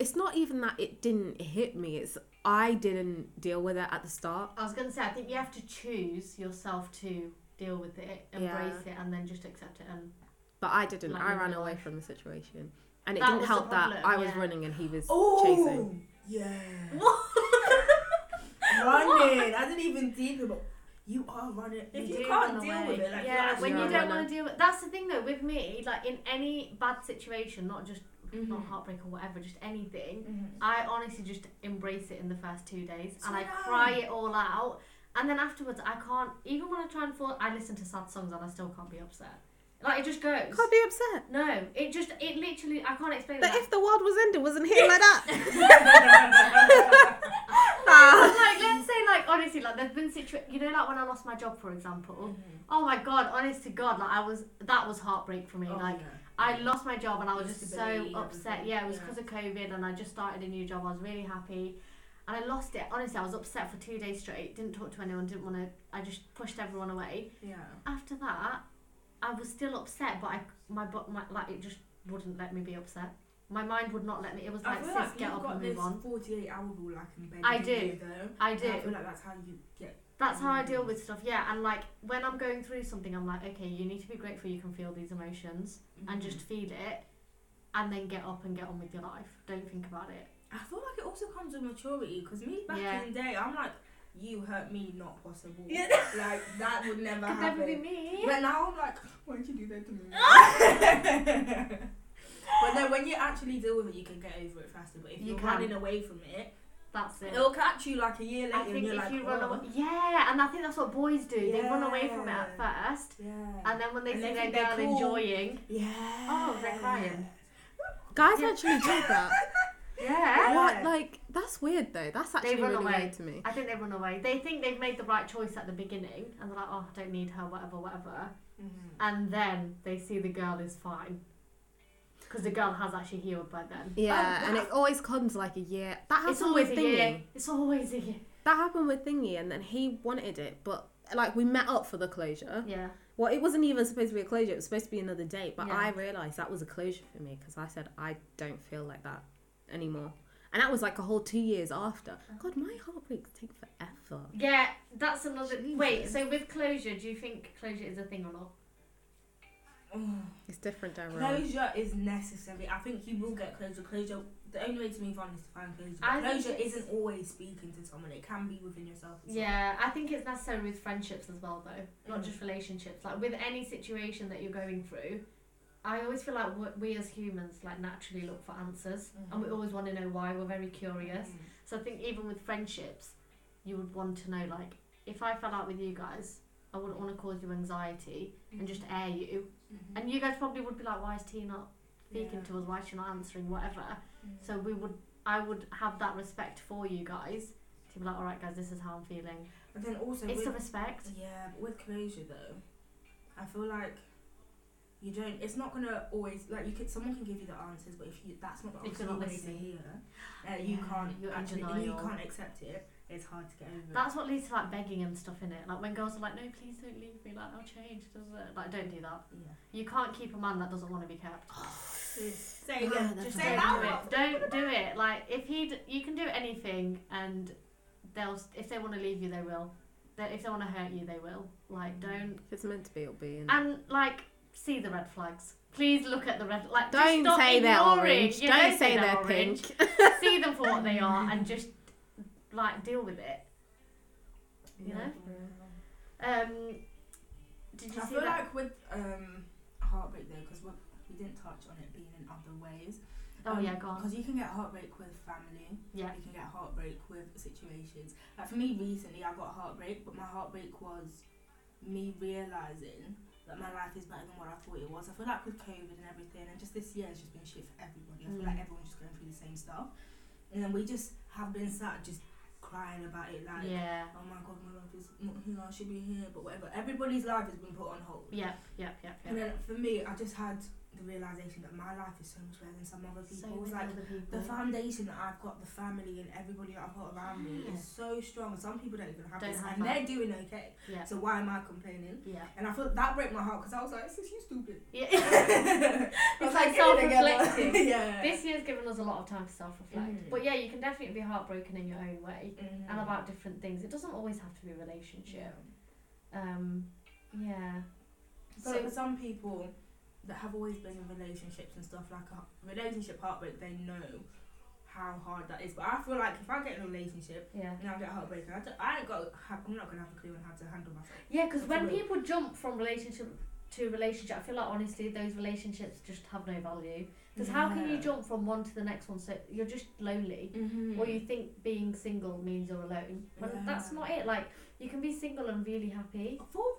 [SPEAKER 1] it's not even that it didn't hit me, it's I didn't deal with it at the start.
[SPEAKER 2] I was gonna say I think you have to choose yourself to deal with it, embrace it, and then just accept it. And
[SPEAKER 1] But I didn't.
[SPEAKER 2] Like
[SPEAKER 1] I
[SPEAKER 2] in
[SPEAKER 1] ran
[SPEAKER 2] real
[SPEAKER 1] away
[SPEAKER 2] life.
[SPEAKER 1] from the situation. And it
[SPEAKER 2] That
[SPEAKER 1] didn't
[SPEAKER 2] was the
[SPEAKER 1] help that
[SPEAKER 2] problem,
[SPEAKER 1] I was
[SPEAKER 2] yeah.
[SPEAKER 1] running and he was chasing.
[SPEAKER 3] Oh, yeah. running. I didn't even deep it, but you are running. If you,
[SPEAKER 2] do
[SPEAKER 3] can't
[SPEAKER 2] run
[SPEAKER 3] deal
[SPEAKER 2] away.
[SPEAKER 3] with it, like
[SPEAKER 2] yeah,
[SPEAKER 3] you're
[SPEAKER 2] when you
[SPEAKER 1] you're a
[SPEAKER 2] don't
[SPEAKER 1] runner.
[SPEAKER 2] want to deal with that's the thing though with me, like in any bad situation, not just
[SPEAKER 3] Mm-hmm.
[SPEAKER 2] not heartbreak or whatever, just anything. I honestly just embrace it in the first two days, and I
[SPEAKER 3] So
[SPEAKER 2] cry it all out. And then afterwards, I can't even when I try and fall. I listen to sad songs, and I still can't be upset. Like it just goes.
[SPEAKER 1] Can't be upset.
[SPEAKER 2] No, it just it literally I can't explain
[SPEAKER 1] That
[SPEAKER 2] that.
[SPEAKER 1] if the world was ending, wasn't here like that.
[SPEAKER 2] like let's say like honestly like there's been situ you know like when I lost my job for example. Oh my god, honest to god, like I was that was heartbreak for me.
[SPEAKER 3] Oh,
[SPEAKER 2] like
[SPEAKER 3] yeah.
[SPEAKER 2] I lost my job and I was
[SPEAKER 3] Used
[SPEAKER 2] just
[SPEAKER 3] to
[SPEAKER 2] so
[SPEAKER 3] believe
[SPEAKER 2] upset.
[SPEAKER 3] everything.
[SPEAKER 2] Yeah, it was
[SPEAKER 3] Yeah.
[SPEAKER 2] because of COVID and I just started a new job. I was really happy. And I lost it. Honestly, I was upset for two days straight. Didn't talk to anyone. Didn't want to. I just pushed everyone away.
[SPEAKER 3] yeah.
[SPEAKER 2] After that, I was still upset, but I my bo- my like it just wouldn't let me be upset. My mind would not let me. It was
[SPEAKER 3] I
[SPEAKER 2] like,
[SPEAKER 3] feel
[SPEAKER 2] sis,
[SPEAKER 3] like
[SPEAKER 2] get
[SPEAKER 3] you've
[SPEAKER 2] up
[SPEAKER 3] got
[SPEAKER 2] and
[SPEAKER 3] this
[SPEAKER 2] move on.
[SPEAKER 3] 48 hour rule like embedded
[SPEAKER 2] I
[SPEAKER 3] in
[SPEAKER 2] do.
[SPEAKER 3] you, though.
[SPEAKER 2] I
[SPEAKER 3] I feel
[SPEAKER 2] do.
[SPEAKER 3] like that's how you get.
[SPEAKER 2] That's how I deal
[SPEAKER 3] Mm.
[SPEAKER 2] with stuff. Yeah, and like when I'm going through something, I'm like, okay, you need to be grateful you can feel these emotions
[SPEAKER 3] mm.
[SPEAKER 2] and just feel it, and then get up and get on with your life. Don't think about it.
[SPEAKER 3] I feel like it also comes with maturity because me back
[SPEAKER 2] Yeah.
[SPEAKER 3] in the day, I'm like, you hurt me, not possible. Like that would never
[SPEAKER 2] Could
[SPEAKER 3] happen.
[SPEAKER 2] never be me.
[SPEAKER 3] But now I'm like, why'd you do that to me? but then when you actually deal with it, you can get over it faster. But if
[SPEAKER 2] You
[SPEAKER 3] you are
[SPEAKER 2] can.
[SPEAKER 3] running away from it,
[SPEAKER 2] That's it.
[SPEAKER 3] it'll catch you like a year later,
[SPEAKER 2] I
[SPEAKER 3] and
[SPEAKER 2] think
[SPEAKER 3] you're
[SPEAKER 2] if
[SPEAKER 3] like,
[SPEAKER 2] you
[SPEAKER 3] oh.
[SPEAKER 2] run away, yeah, and I think that's what boys do. They run away from it at
[SPEAKER 3] Yeah.
[SPEAKER 2] first,
[SPEAKER 3] yeah.
[SPEAKER 2] and then when they
[SPEAKER 3] And
[SPEAKER 2] see
[SPEAKER 3] they
[SPEAKER 2] their
[SPEAKER 3] think they're
[SPEAKER 2] girl
[SPEAKER 3] cool.
[SPEAKER 2] enjoying,
[SPEAKER 3] yeah.
[SPEAKER 2] Oh, they're crying.
[SPEAKER 1] Guys actually did that.
[SPEAKER 2] yeah,
[SPEAKER 1] What like that's weird though. That's actually
[SPEAKER 2] run
[SPEAKER 1] really
[SPEAKER 2] away.
[SPEAKER 1] weird to me.
[SPEAKER 2] I think they run away. They think they've made the right choice at the beginning, and they're like, oh, I don't need her, whatever, whatever.
[SPEAKER 3] Mhm.
[SPEAKER 2] And then they see the girl is fine, because the girl has actually healed by then.
[SPEAKER 1] Yeah,
[SPEAKER 3] Oh,
[SPEAKER 1] and
[SPEAKER 3] that-
[SPEAKER 1] it always comes like a year. That happened
[SPEAKER 2] It's always
[SPEAKER 1] with
[SPEAKER 2] a
[SPEAKER 1] Thingy.
[SPEAKER 2] year. It's always a year.
[SPEAKER 1] That happened with Thingy, and then he wanted it, but like we met up for the closure.
[SPEAKER 2] Yeah.
[SPEAKER 1] Well, it wasn't even supposed to be a closure. It was supposed to be another date, but
[SPEAKER 2] Yeah.
[SPEAKER 1] I realized that was a closure for me because I said I don't feel like that anymore, and that was like a whole two years after. God, my heartbreaks take forever.
[SPEAKER 2] Yeah, that's another. Wait,
[SPEAKER 1] Jesus.
[SPEAKER 2] so with closure, do you think closure is a thing or not?
[SPEAKER 3] Oh.
[SPEAKER 1] It's different down road.
[SPEAKER 3] Closure is necessary. I think you will get closure. Closure. The only way to move on is to find closure.
[SPEAKER 2] I think
[SPEAKER 3] closure
[SPEAKER 2] it's-
[SPEAKER 3] isn't always speaking to someone. It can be within yourself. as well.
[SPEAKER 2] Yeah, I think it's necessary with friendships as well, though, not
[SPEAKER 3] Mm.
[SPEAKER 2] just relationships. Like with any situation that you're going through, I always feel like we- we as humans like naturally look for answers, and we
[SPEAKER 3] Mhm.
[SPEAKER 2] always want to know why. We're very curious.
[SPEAKER 3] Mm.
[SPEAKER 2] So I think even with friendships, you would want to know like if I fell out with you guys, I wouldn't want to cause you anxiety and just air you.
[SPEAKER 3] Mhm.
[SPEAKER 2] And you guys probably would be like, why is T not speaking
[SPEAKER 3] Yeah.
[SPEAKER 2] to us, why she's not answering, whatever.
[SPEAKER 3] Mm.
[SPEAKER 2] So we would, I would have that respect for you guys to be like, all right, guys, this is how I'm feeling.
[SPEAKER 3] But then also,
[SPEAKER 2] it's
[SPEAKER 3] with,
[SPEAKER 2] the respect.
[SPEAKER 3] yeah, but with closure though, I feel like you don't. It's not gonna always like you could. Someone can give you the answers, but if you that's not the
[SPEAKER 2] If
[SPEAKER 3] answer
[SPEAKER 2] you're not
[SPEAKER 3] you wanted to
[SPEAKER 2] listening.
[SPEAKER 3] hear, uh, you
[SPEAKER 2] Yeah,
[SPEAKER 3] can't
[SPEAKER 2] you're in
[SPEAKER 3] actually and you
[SPEAKER 2] denial.
[SPEAKER 3] can't accept it. It's hard to get over. it.
[SPEAKER 2] That's what leads to like begging and stuff in it. Like when girls are like, no, please don't leave me. Like I'll change. Does it? Like don't do that.
[SPEAKER 3] yeah.
[SPEAKER 2] You can't keep a man that doesn't want to be kept.
[SPEAKER 3] Say it
[SPEAKER 1] Yeah,
[SPEAKER 3] again.
[SPEAKER 1] that's
[SPEAKER 3] Just
[SPEAKER 1] what
[SPEAKER 3] say
[SPEAKER 1] I
[SPEAKER 3] it
[SPEAKER 2] don't do
[SPEAKER 3] loud.
[SPEAKER 2] it. Don't do it. Like if he, d- you can do anything, and they'll if they want to leave you, they will. They, if they want to hurt you, they will. Like don't
[SPEAKER 1] If it's meant to be, it'll be. innit?
[SPEAKER 2] and like see the red flags. Please look at the red like. just
[SPEAKER 1] don't
[SPEAKER 2] stop
[SPEAKER 1] say they're
[SPEAKER 2] ignoring-
[SPEAKER 1] orange.
[SPEAKER 2] Yeah,
[SPEAKER 1] don't, say they're
[SPEAKER 2] orange.
[SPEAKER 1] pink.
[SPEAKER 2] see them for what they are and just like deal with it. You know? Um, did you
[SPEAKER 3] I
[SPEAKER 2] see
[SPEAKER 3] feel
[SPEAKER 2] that?
[SPEAKER 3] like with um, heartbreak though, because we didn't touch on it being in other ways.
[SPEAKER 2] oh yeah, go on.
[SPEAKER 3] Because um, you can get heartbreak with family.
[SPEAKER 2] Yeah.
[SPEAKER 3] You can get heartbreak with situations. Like for me recently, I got heartbreak, but my heartbreak was me realizing that my life is better than what I thought it was. I feel like with COVID and everything, and just this year has just been shit for everybody. I feel
[SPEAKER 2] Mm.
[SPEAKER 3] like everyone's just going through the same stuff, and then we just have been sat just crying about it, like.
[SPEAKER 2] Yeah.
[SPEAKER 3] Oh my god, my life is not here. I should be here, but whatever. Everybody's life has been put on hold.
[SPEAKER 2] Yep. Yep. Yep.
[SPEAKER 3] And
[SPEAKER 2] Yep.
[SPEAKER 3] then for me, I just had the realization that my life is so much better than some other
[SPEAKER 2] So
[SPEAKER 3] people's.
[SPEAKER 2] many
[SPEAKER 3] like
[SPEAKER 2] other people.
[SPEAKER 3] the foundation that I've got, the family and everybody that I've got around me
[SPEAKER 2] Yeah.
[SPEAKER 3] is so strong. Some people don't even have
[SPEAKER 2] Don't
[SPEAKER 3] this,
[SPEAKER 2] have
[SPEAKER 3] and
[SPEAKER 2] that.
[SPEAKER 3] they're doing okay.
[SPEAKER 2] Yeah.
[SPEAKER 3] So why am I complaining?
[SPEAKER 2] Yeah.
[SPEAKER 3] And I thought that broke my heart because I was like, "Sis, you stupid."
[SPEAKER 2] Yeah.
[SPEAKER 3] I was
[SPEAKER 2] like
[SPEAKER 3] "Get it together."
[SPEAKER 2] self-reflecting.
[SPEAKER 3] yeah.
[SPEAKER 2] this year's given us a lot of time to self-reflect.
[SPEAKER 3] Mm.
[SPEAKER 2] But yeah, you can definitely be heartbroken in your own way
[SPEAKER 3] Mhm.
[SPEAKER 2] and about different things. It doesn't always have to be a relationship. Um, yeah.
[SPEAKER 3] But
[SPEAKER 2] So-
[SPEAKER 3] for some people that have always been in relationships and stuff like a relationship heartbreak, they know how hard that is. But I feel like if I get in a relationship
[SPEAKER 2] Yeah.
[SPEAKER 3] and I get heartbroken, I, don't, I ain't got. Have, I'm not gonna have a clue on how to handle myself.
[SPEAKER 2] Yeah, because when
[SPEAKER 3] Absolutely.
[SPEAKER 2] people jump from relationship to relationship, I feel like honestly those relationships just have no value. Because how can you
[SPEAKER 3] Yeah.
[SPEAKER 2] jump from one to the next one? So you're just lonely,
[SPEAKER 3] Mm-hmm.
[SPEAKER 2] or you think being single means you're alone. But
[SPEAKER 3] Yeah.
[SPEAKER 2] that's not it. Like you can be single and really happy.
[SPEAKER 3] tell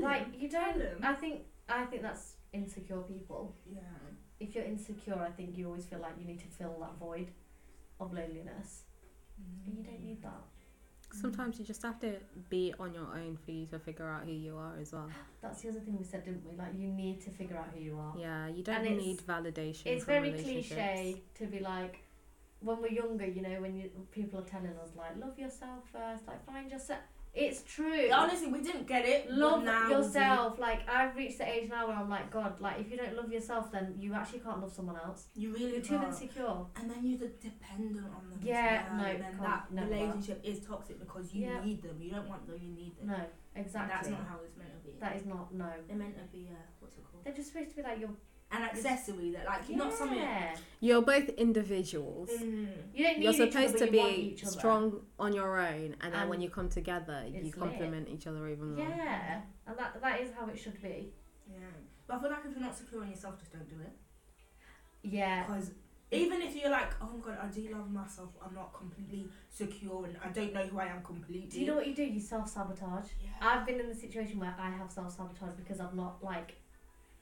[SPEAKER 2] Like you
[SPEAKER 3] Tell
[SPEAKER 2] don't.
[SPEAKER 3] them.
[SPEAKER 2] I think I think that's insecure people.
[SPEAKER 3] Yeah.
[SPEAKER 2] If you're insecure, I think you always feel like you need to fill that void of loneliness, and you don't need that.
[SPEAKER 1] Sometimes you just have to be on your own for you to figure out who you are as well.
[SPEAKER 2] That's the other thing we said, didn't we? Like you need to figure out who you are.
[SPEAKER 1] Yeah, you
[SPEAKER 2] Uh-huh. And
[SPEAKER 1] don't
[SPEAKER 2] it's-
[SPEAKER 1] need validation.
[SPEAKER 2] it's
[SPEAKER 1] from
[SPEAKER 2] very
[SPEAKER 1] relationships.
[SPEAKER 2] cliche to be like when we're younger you know when you, people are telling us like love yourself first like find yourself it's true
[SPEAKER 3] Honestly, we didn't get it. but
[SPEAKER 2] love
[SPEAKER 3] now we
[SPEAKER 2] yourself like i've reached the age now where i'm like god like if you don't love yourself then you actually can't love someone else
[SPEAKER 3] do. You really
[SPEAKER 2] you're too
[SPEAKER 3] are.
[SPEAKER 2] insecure
[SPEAKER 3] And then you're just dependent on them. as
[SPEAKER 2] Yeah,
[SPEAKER 3] well,
[SPEAKER 2] no,
[SPEAKER 3] And then
[SPEAKER 2] can't-
[SPEAKER 3] that
[SPEAKER 2] never.
[SPEAKER 3] relationship is toxic because you
[SPEAKER 2] Yeah.
[SPEAKER 3] need them. You don't want them. You need them.
[SPEAKER 2] no
[SPEAKER 3] And
[SPEAKER 2] exactly
[SPEAKER 3] That's not how it's meant to be.
[SPEAKER 2] That is not- no
[SPEAKER 3] They're meant to be a what's it called?
[SPEAKER 2] they're just supposed to be like your
[SPEAKER 3] An accessory that like
[SPEAKER 2] yeah. Mm-hmm.
[SPEAKER 3] not something.
[SPEAKER 1] You're both individuals.
[SPEAKER 2] you don't Mm. need
[SPEAKER 1] You're
[SPEAKER 2] each other,
[SPEAKER 1] supposed
[SPEAKER 2] but
[SPEAKER 1] to
[SPEAKER 2] you want
[SPEAKER 1] be
[SPEAKER 2] each other.
[SPEAKER 1] strong on your own, and then when
[SPEAKER 2] And
[SPEAKER 1] you come together, you
[SPEAKER 2] it's lit.
[SPEAKER 1] complement each other even more.
[SPEAKER 2] yeah and that that is how it should be
[SPEAKER 3] Yeah. But I feel like if you're not secure in yourself, just don't do it.
[SPEAKER 2] yeah
[SPEAKER 3] Because even if you're like, oh my god, I do love myself. I'm not completely secure, and I don't know who I am completely.
[SPEAKER 2] do you know what you do you self-sabotage
[SPEAKER 3] Yeah.
[SPEAKER 2] I've been in the situation where I have self sabotaged because I've not like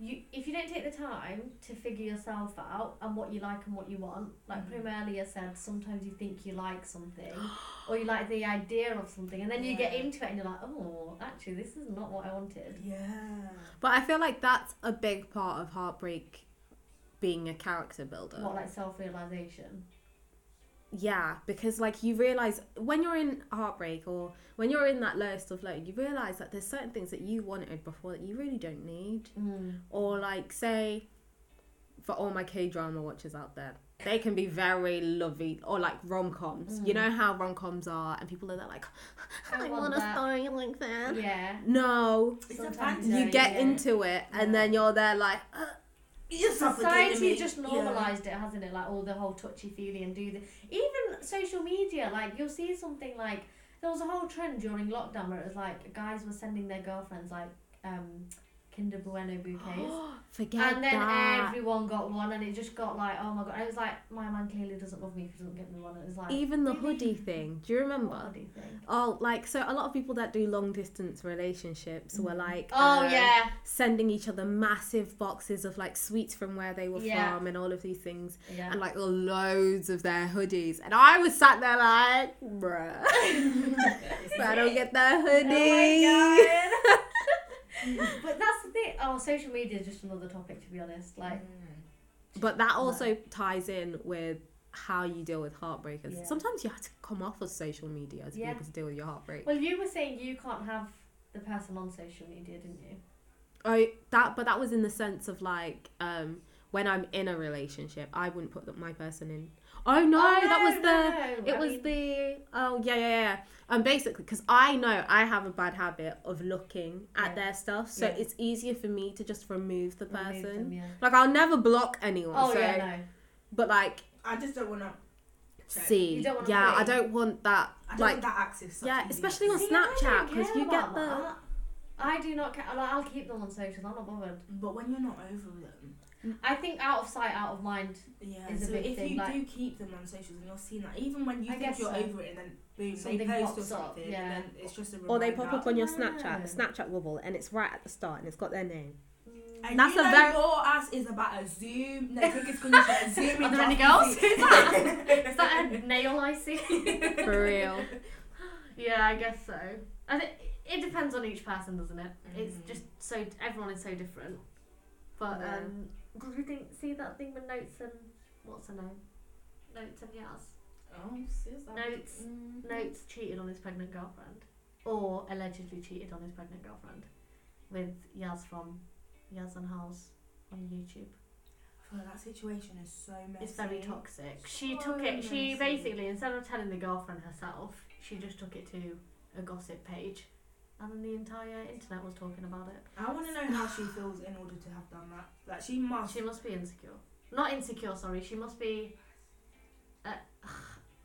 [SPEAKER 2] you if you don't take the time to figure yourself out and what you like and what you want, like
[SPEAKER 3] Mhm.
[SPEAKER 2] Prim earlier said, sometimes you think you like something or you like the idea of something and then you get
[SPEAKER 3] Yeah.
[SPEAKER 2] into it and you're like, Oh, actually this is not what I wanted.
[SPEAKER 3] Yeah.
[SPEAKER 1] But I feel like that's a big part of heartbreak being a character builder.
[SPEAKER 2] What like self realization.
[SPEAKER 1] Yeah, because like you realize when you're in heartbreak or when you're in that lowest of low, you realize that there's certain things that you wanted before that you really don't need.
[SPEAKER 2] Mm.
[SPEAKER 1] Or like say, for all my K drama watchers out there, they can be very lovey or like rom coms. You
[SPEAKER 2] Mm.
[SPEAKER 1] know how rom coms are, and people are there like,
[SPEAKER 2] I
[SPEAKER 1] I
[SPEAKER 2] want
[SPEAKER 1] want a
[SPEAKER 2] that."
[SPEAKER 1] story like that.
[SPEAKER 2] Yeah.
[SPEAKER 1] No,
[SPEAKER 3] It's a
[SPEAKER 2] Sometimes
[SPEAKER 3] fantasy.
[SPEAKER 2] No,
[SPEAKER 1] you get
[SPEAKER 2] yeah.
[SPEAKER 1] into it, and then you're there like, "Uh,
[SPEAKER 3] You're suffocating
[SPEAKER 2] Society
[SPEAKER 3] me.
[SPEAKER 2] just
[SPEAKER 3] Yeah.
[SPEAKER 2] normalised it, hasn't it? Like all the whole touchy feely and do the even social media. Like you'll see something like there was a whole trend during lockdown where it was like guys were sending their girlfriends like um Kinder Bueno bouquets.
[SPEAKER 1] Forget
[SPEAKER 2] and then
[SPEAKER 1] that.
[SPEAKER 2] everyone got one, and it just got like, oh my god! I was like, my man clearly doesn't love me if he doesn't get me one. It was like,
[SPEAKER 1] Even the
[SPEAKER 2] really?
[SPEAKER 1] hoodie thing. Do you
[SPEAKER 2] what
[SPEAKER 1] remember?
[SPEAKER 2] do you think?
[SPEAKER 1] Oh, like so a lot of people that do long distance relationships were like
[SPEAKER 2] Oh
[SPEAKER 1] uh,
[SPEAKER 2] yeah,
[SPEAKER 1] sending each other massive boxes of like sweets from where they were
[SPEAKER 2] Yeah.
[SPEAKER 1] from and all of these things
[SPEAKER 2] yeah.
[SPEAKER 1] and like loads of their hoodies and I was sat there like bruh if I don't get that hoodie
[SPEAKER 2] Oh my god. but that's the thing. Oh, social media is just another topic, to be honest. Like,
[SPEAKER 3] Mm.
[SPEAKER 1] But that also ties in with how you deal with heartbreak. And
[SPEAKER 2] Yeah.
[SPEAKER 1] Sometimes you have to come off of social media to
[SPEAKER 2] Yeah.
[SPEAKER 1] be able to deal with your heartbreak.
[SPEAKER 2] well, you were saying you can't have the person on social media, didn't you?
[SPEAKER 1] Oh, that but that was in the sense of like um, when I'm in a relationship, I wouldn't put my person in. Oh no,
[SPEAKER 2] Oh,
[SPEAKER 1] that was
[SPEAKER 2] no,
[SPEAKER 1] the.
[SPEAKER 2] no,
[SPEAKER 1] It
[SPEAKER 2] I
[SPEAKER 1] was
[SPEAKER 2] mean-
[SPEAKER 1] the oh yeah yeah yeah um basically because I know I have a bad habit of looking at
[SPEAKER 2] Yeah.
[SPEAKER 1] their stuff so
[SPEAKER 2] Yeah.
[SPEAKER 1] it's easier for me to just remove the
[SPEAKER 2] Remove
[SPEAKER 1] person
[SPEAKER 2] them, yeah.
[SPEAKER 1] like I'll never block anyone
[SPEAKER 2] Oh
[SPEAKER 1] so
[SPEAKER 2] yeah, no.
[SPEAKER 1] but like
[SPEAKER 3] I just don't want to
[SPEAKER 1] see
[SPEAKER 2] You don't wanna
[SPEAKER 1] yeah I
[SPEAKER 2] play.
[SPEAKER 1] don't want that
[SPEAKER 3] I don't
[SPEAKER 1] like
[SPEAKER 3] want that access. such
[SPEAKER 1] yeah,
[SPEAKER 3] easy
[SPEAKER 1] especially on
[SPEAKER 3] access.
[SPEAKER 2] See, I
[SPEAKER 1] Snapchat
[SPEAKER 2] don't
[SPEAKER 1] because
[SPEAKER 2] care
[SPEAKER 1] you get
[SPEAKER 2] about
[SPEAKER 1] the
[SPEAKER 3] "Ah,"
[SPEAKER 2] that. I do not care. Like, I'll keep them on socials. I'm not bothered.
[SPEAKER 3] But when you're not over them,
[SPEAKER 2] I think out of sight, out of mind.
[SPEAKER 3] yeah.
[SPEAKER 2] It's a
[SPEAKER 3] So
[SPEAKER 2] big
[SPEAKER 3] if
[SPEAKER 2] thing,
[SPEAKER 3] you
[SPEAKER 2] like-
[SPEAKER 3] do keep them on socials and you're seeing that, even when you
[SPEAKER 2] I
[SPEAKER 3] think
[SPEAKER 2] guess
[SPEAKER 3] you're
[SPEAKER 2] so.
[SPEAKER 3] over it, and then boom,
[SPEAKER 2] Something
[SPEAKER 3] they post or
[SPEAKER 2] pops up,
[SPEAKER 3] something,
[SPEAKER 2] yeah.
[SPEAKER 3] and then it's just a reminder.
[SPEAKER 1] or
[SPEAKER 2] Oh
[SPEAKER 1] they pop up on your Snapchat,
[SPEAKER 2] Yeah.
[SPEAKER 1] the Snapchat wobble, and it's right at the start and it's got their name.
[SPEAKER 3] And
[SPEAKER 1] That's
[SPEAKER 3] you
[SPEAKER 1] a
[SPEAKER 3] know
[SPEAKER 1] very-
[SPEAKER 3] your ass is about a zoom. No, take a screenshot. Zoom. in
[SPEAKER 2] Are there
[SPEAKER 3] just
[SPEAKER 2] any
[SPEAKER 3] to
[SPEAKER 2] girls?
[SPEAKER 3] see.
[SPEAKER 2] Is that, is that a nail I see?
[SPEAKER 1] For real.
[SPEAKER 2] Yeah, I guess so. I think it depends on each person, doesn't it? It's
[SPEAKER 3] Mhm.
[SPEAKER 2] just so everyone is so different. But
[SPEAKER 1] Yeah.
[SPEAKER 2] um, did you think see that thing with notes and what's her name? Notes and yes,
[SPEAKER 3] Oh, sis, I'm-
[SPEAKER 2] Notes.
[SPEAKER 3] Mm.
[SPEAKER 2] notes cheated on his pregnant girlfriend, or allegedly cheated on his pregnant girlfriend with Yaz from Yaz and House on YouTube.
[SPEAKER 3] Well, that situation is so messy.
[SPEAKER 2] It's very toxic. She
[SPEAKER 3] So
[SPEAKER 2] took it. She
[SPEAKER 3] messy.
[SPEAKER 2] basically, instead of telling the girlfriend herself, she just took it to a gossip page, and then the entire internet was talking about it.
[SPEAKER 3] I want to know how she feels in order to have done that. Like she must.
[SPEAKER 2] She must be insecure. Not insecure, sorry. She must be. Uh,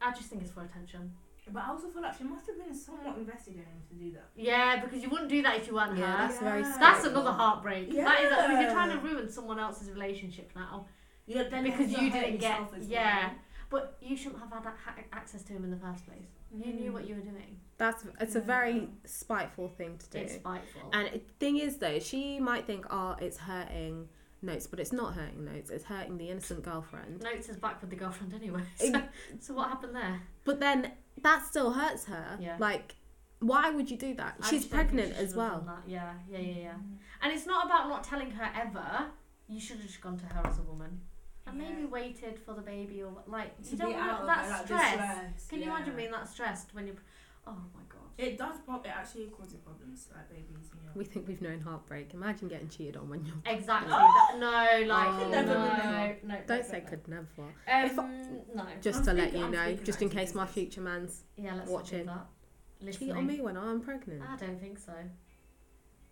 [SPEAKER 2] I just think it's for attention.
[SPEAKER 3] But I also feel like she must have been somewhat invested in him to do that.
[SPEAKER 2] Yeah, because you wouldn't do that if you weren't
[SPEAKER 1] Yeah,
[SPEAKER 2] her.
[SPEAKER 1] that's very.
[SPEAKER 3] Yeah.
[SPEAKER 2] That's
[SPEAKER 1] scary.
[SPEAKER 2] another heartbreak. That is, because you're trying
[SPEAKER 3] Yeah.
[SPEAKER 2] to ruin someone else's relationship now.
[SPEAKER 3] You know, then
[SPEAKER 2] Because
[SPEAKER 3] you're
[SPEAKER 2] you
[SPEAKER 3] hurting
[SPEAKER 2] didn't get-
[SPEAKER 3] yourself as
[SPEAKER 2] yeah. But you shouldn't have had that ha- access to him in the first place.
[SPEAKER 3] well.
[SPEAKER 2] You knew what you were doing.
[SPEAKER 1] That's it's a very
[SPEAKER 3] Yeah.
[SPEAKER 1] spiteful thing to do.
[SPEAKER 2] It's spiteful.
[SPEAKER 1] And the thing is, though, she might think, "Oh, it's hurting notes," but it's not hurting notes. It's hurting the innocent girlfriend.
[SPEAKER 2] Notes is back with the girlfriend anyway. So, so what happened there?
[SPEAKER 1] But then that still hurts her.
[SPEAKER 2] Yeah.
[SPEAKER 1] Like, why would you do that?
[SPEAKER 2] I
[SPEAKER 1] She's
[SPEAKER 2] just don't think
[SPEAKER 1] pregnant
[SPEAKER 2] she should
[SPEAKER 1] as
[SPEAKER 2] have done
[SPEAKER 1] well.
[SPEAKER 2] that. Yeah, yeah, yeah, yeah.
[SPEAKER 3] Mm-hmm.
[SPEAKER 2] And it's not about not telling her ever. You should have just gone to her as a woman, and maybe
[SPEAKER 3] Yeah.
[SPEAKER 2] waited for the baby or what- like
[SPEAKER 3] To
[SPEAKER 2] you don't
[SPEAKER 3] be
[SPEAKER 2] want
[SPEAKER 3] out of
[SPEAKER 2] that
[SPEAKER 3] it, like, the
[SPEAKER 2] stress.
[SPEAKER 3] stress,
[SPEAKER 2] Can you imagine
[SPEAKER 3] yeah.
[SPEAKER 2] being that stressed when you're? Oh my god.
[SPEAKER 3] It does. Pop, it actually causes problems, like babies. You know.
[SPEAKER 1] We think we've known heartbreak. Imagine getting cheated on when you're.
[SPEAKER 2] Exactly.
[SPEAKER 3] No.
[SPEAKER 2] that- no, like
[SPEAKER 1] I could
[SPEAKER 2] no,
[SPEAKER 1] Oh. never
[SPEAKER 2] no,
[SPEAKER 1] do
[SPEAKER 2] no,
[SPEAKER 1] that.
[SPEAKER 2] no.
[SPEAKER 1] Don't say
[SPEAKER 2] no.
[SPEAKER 1] could never. If
[SPEAKER 2] Um, no.
[SPEAKER 1] Just
[SPEAKER 3] I'm
[SPEAKER 1] to let
[SPEAKER 3] speaking-
[SPEAKER 1] you
[SPEAKER 3] I'm
[SPEAKER 1] know,
[SPEAKER 3] speaking
[SPEAKER 1] just
[SPEAKER 3] out
[SPEAKER 1] in
[SPEAKER 3] to
[SPEAKER 1] case my
[SPEAKER 3] business.
[SPEAKER 1] future man's
[SPEAKER 2] Yeah, let's
[SPEAKER 1] Watching.
[SPEAKER 2] not do that.
[SPEAKER 1] cheat on
[SPEAKER 2] Listening.
[SPEAKER 1] me when I'm pregnant.
[SPEAKER 2] I don't think so.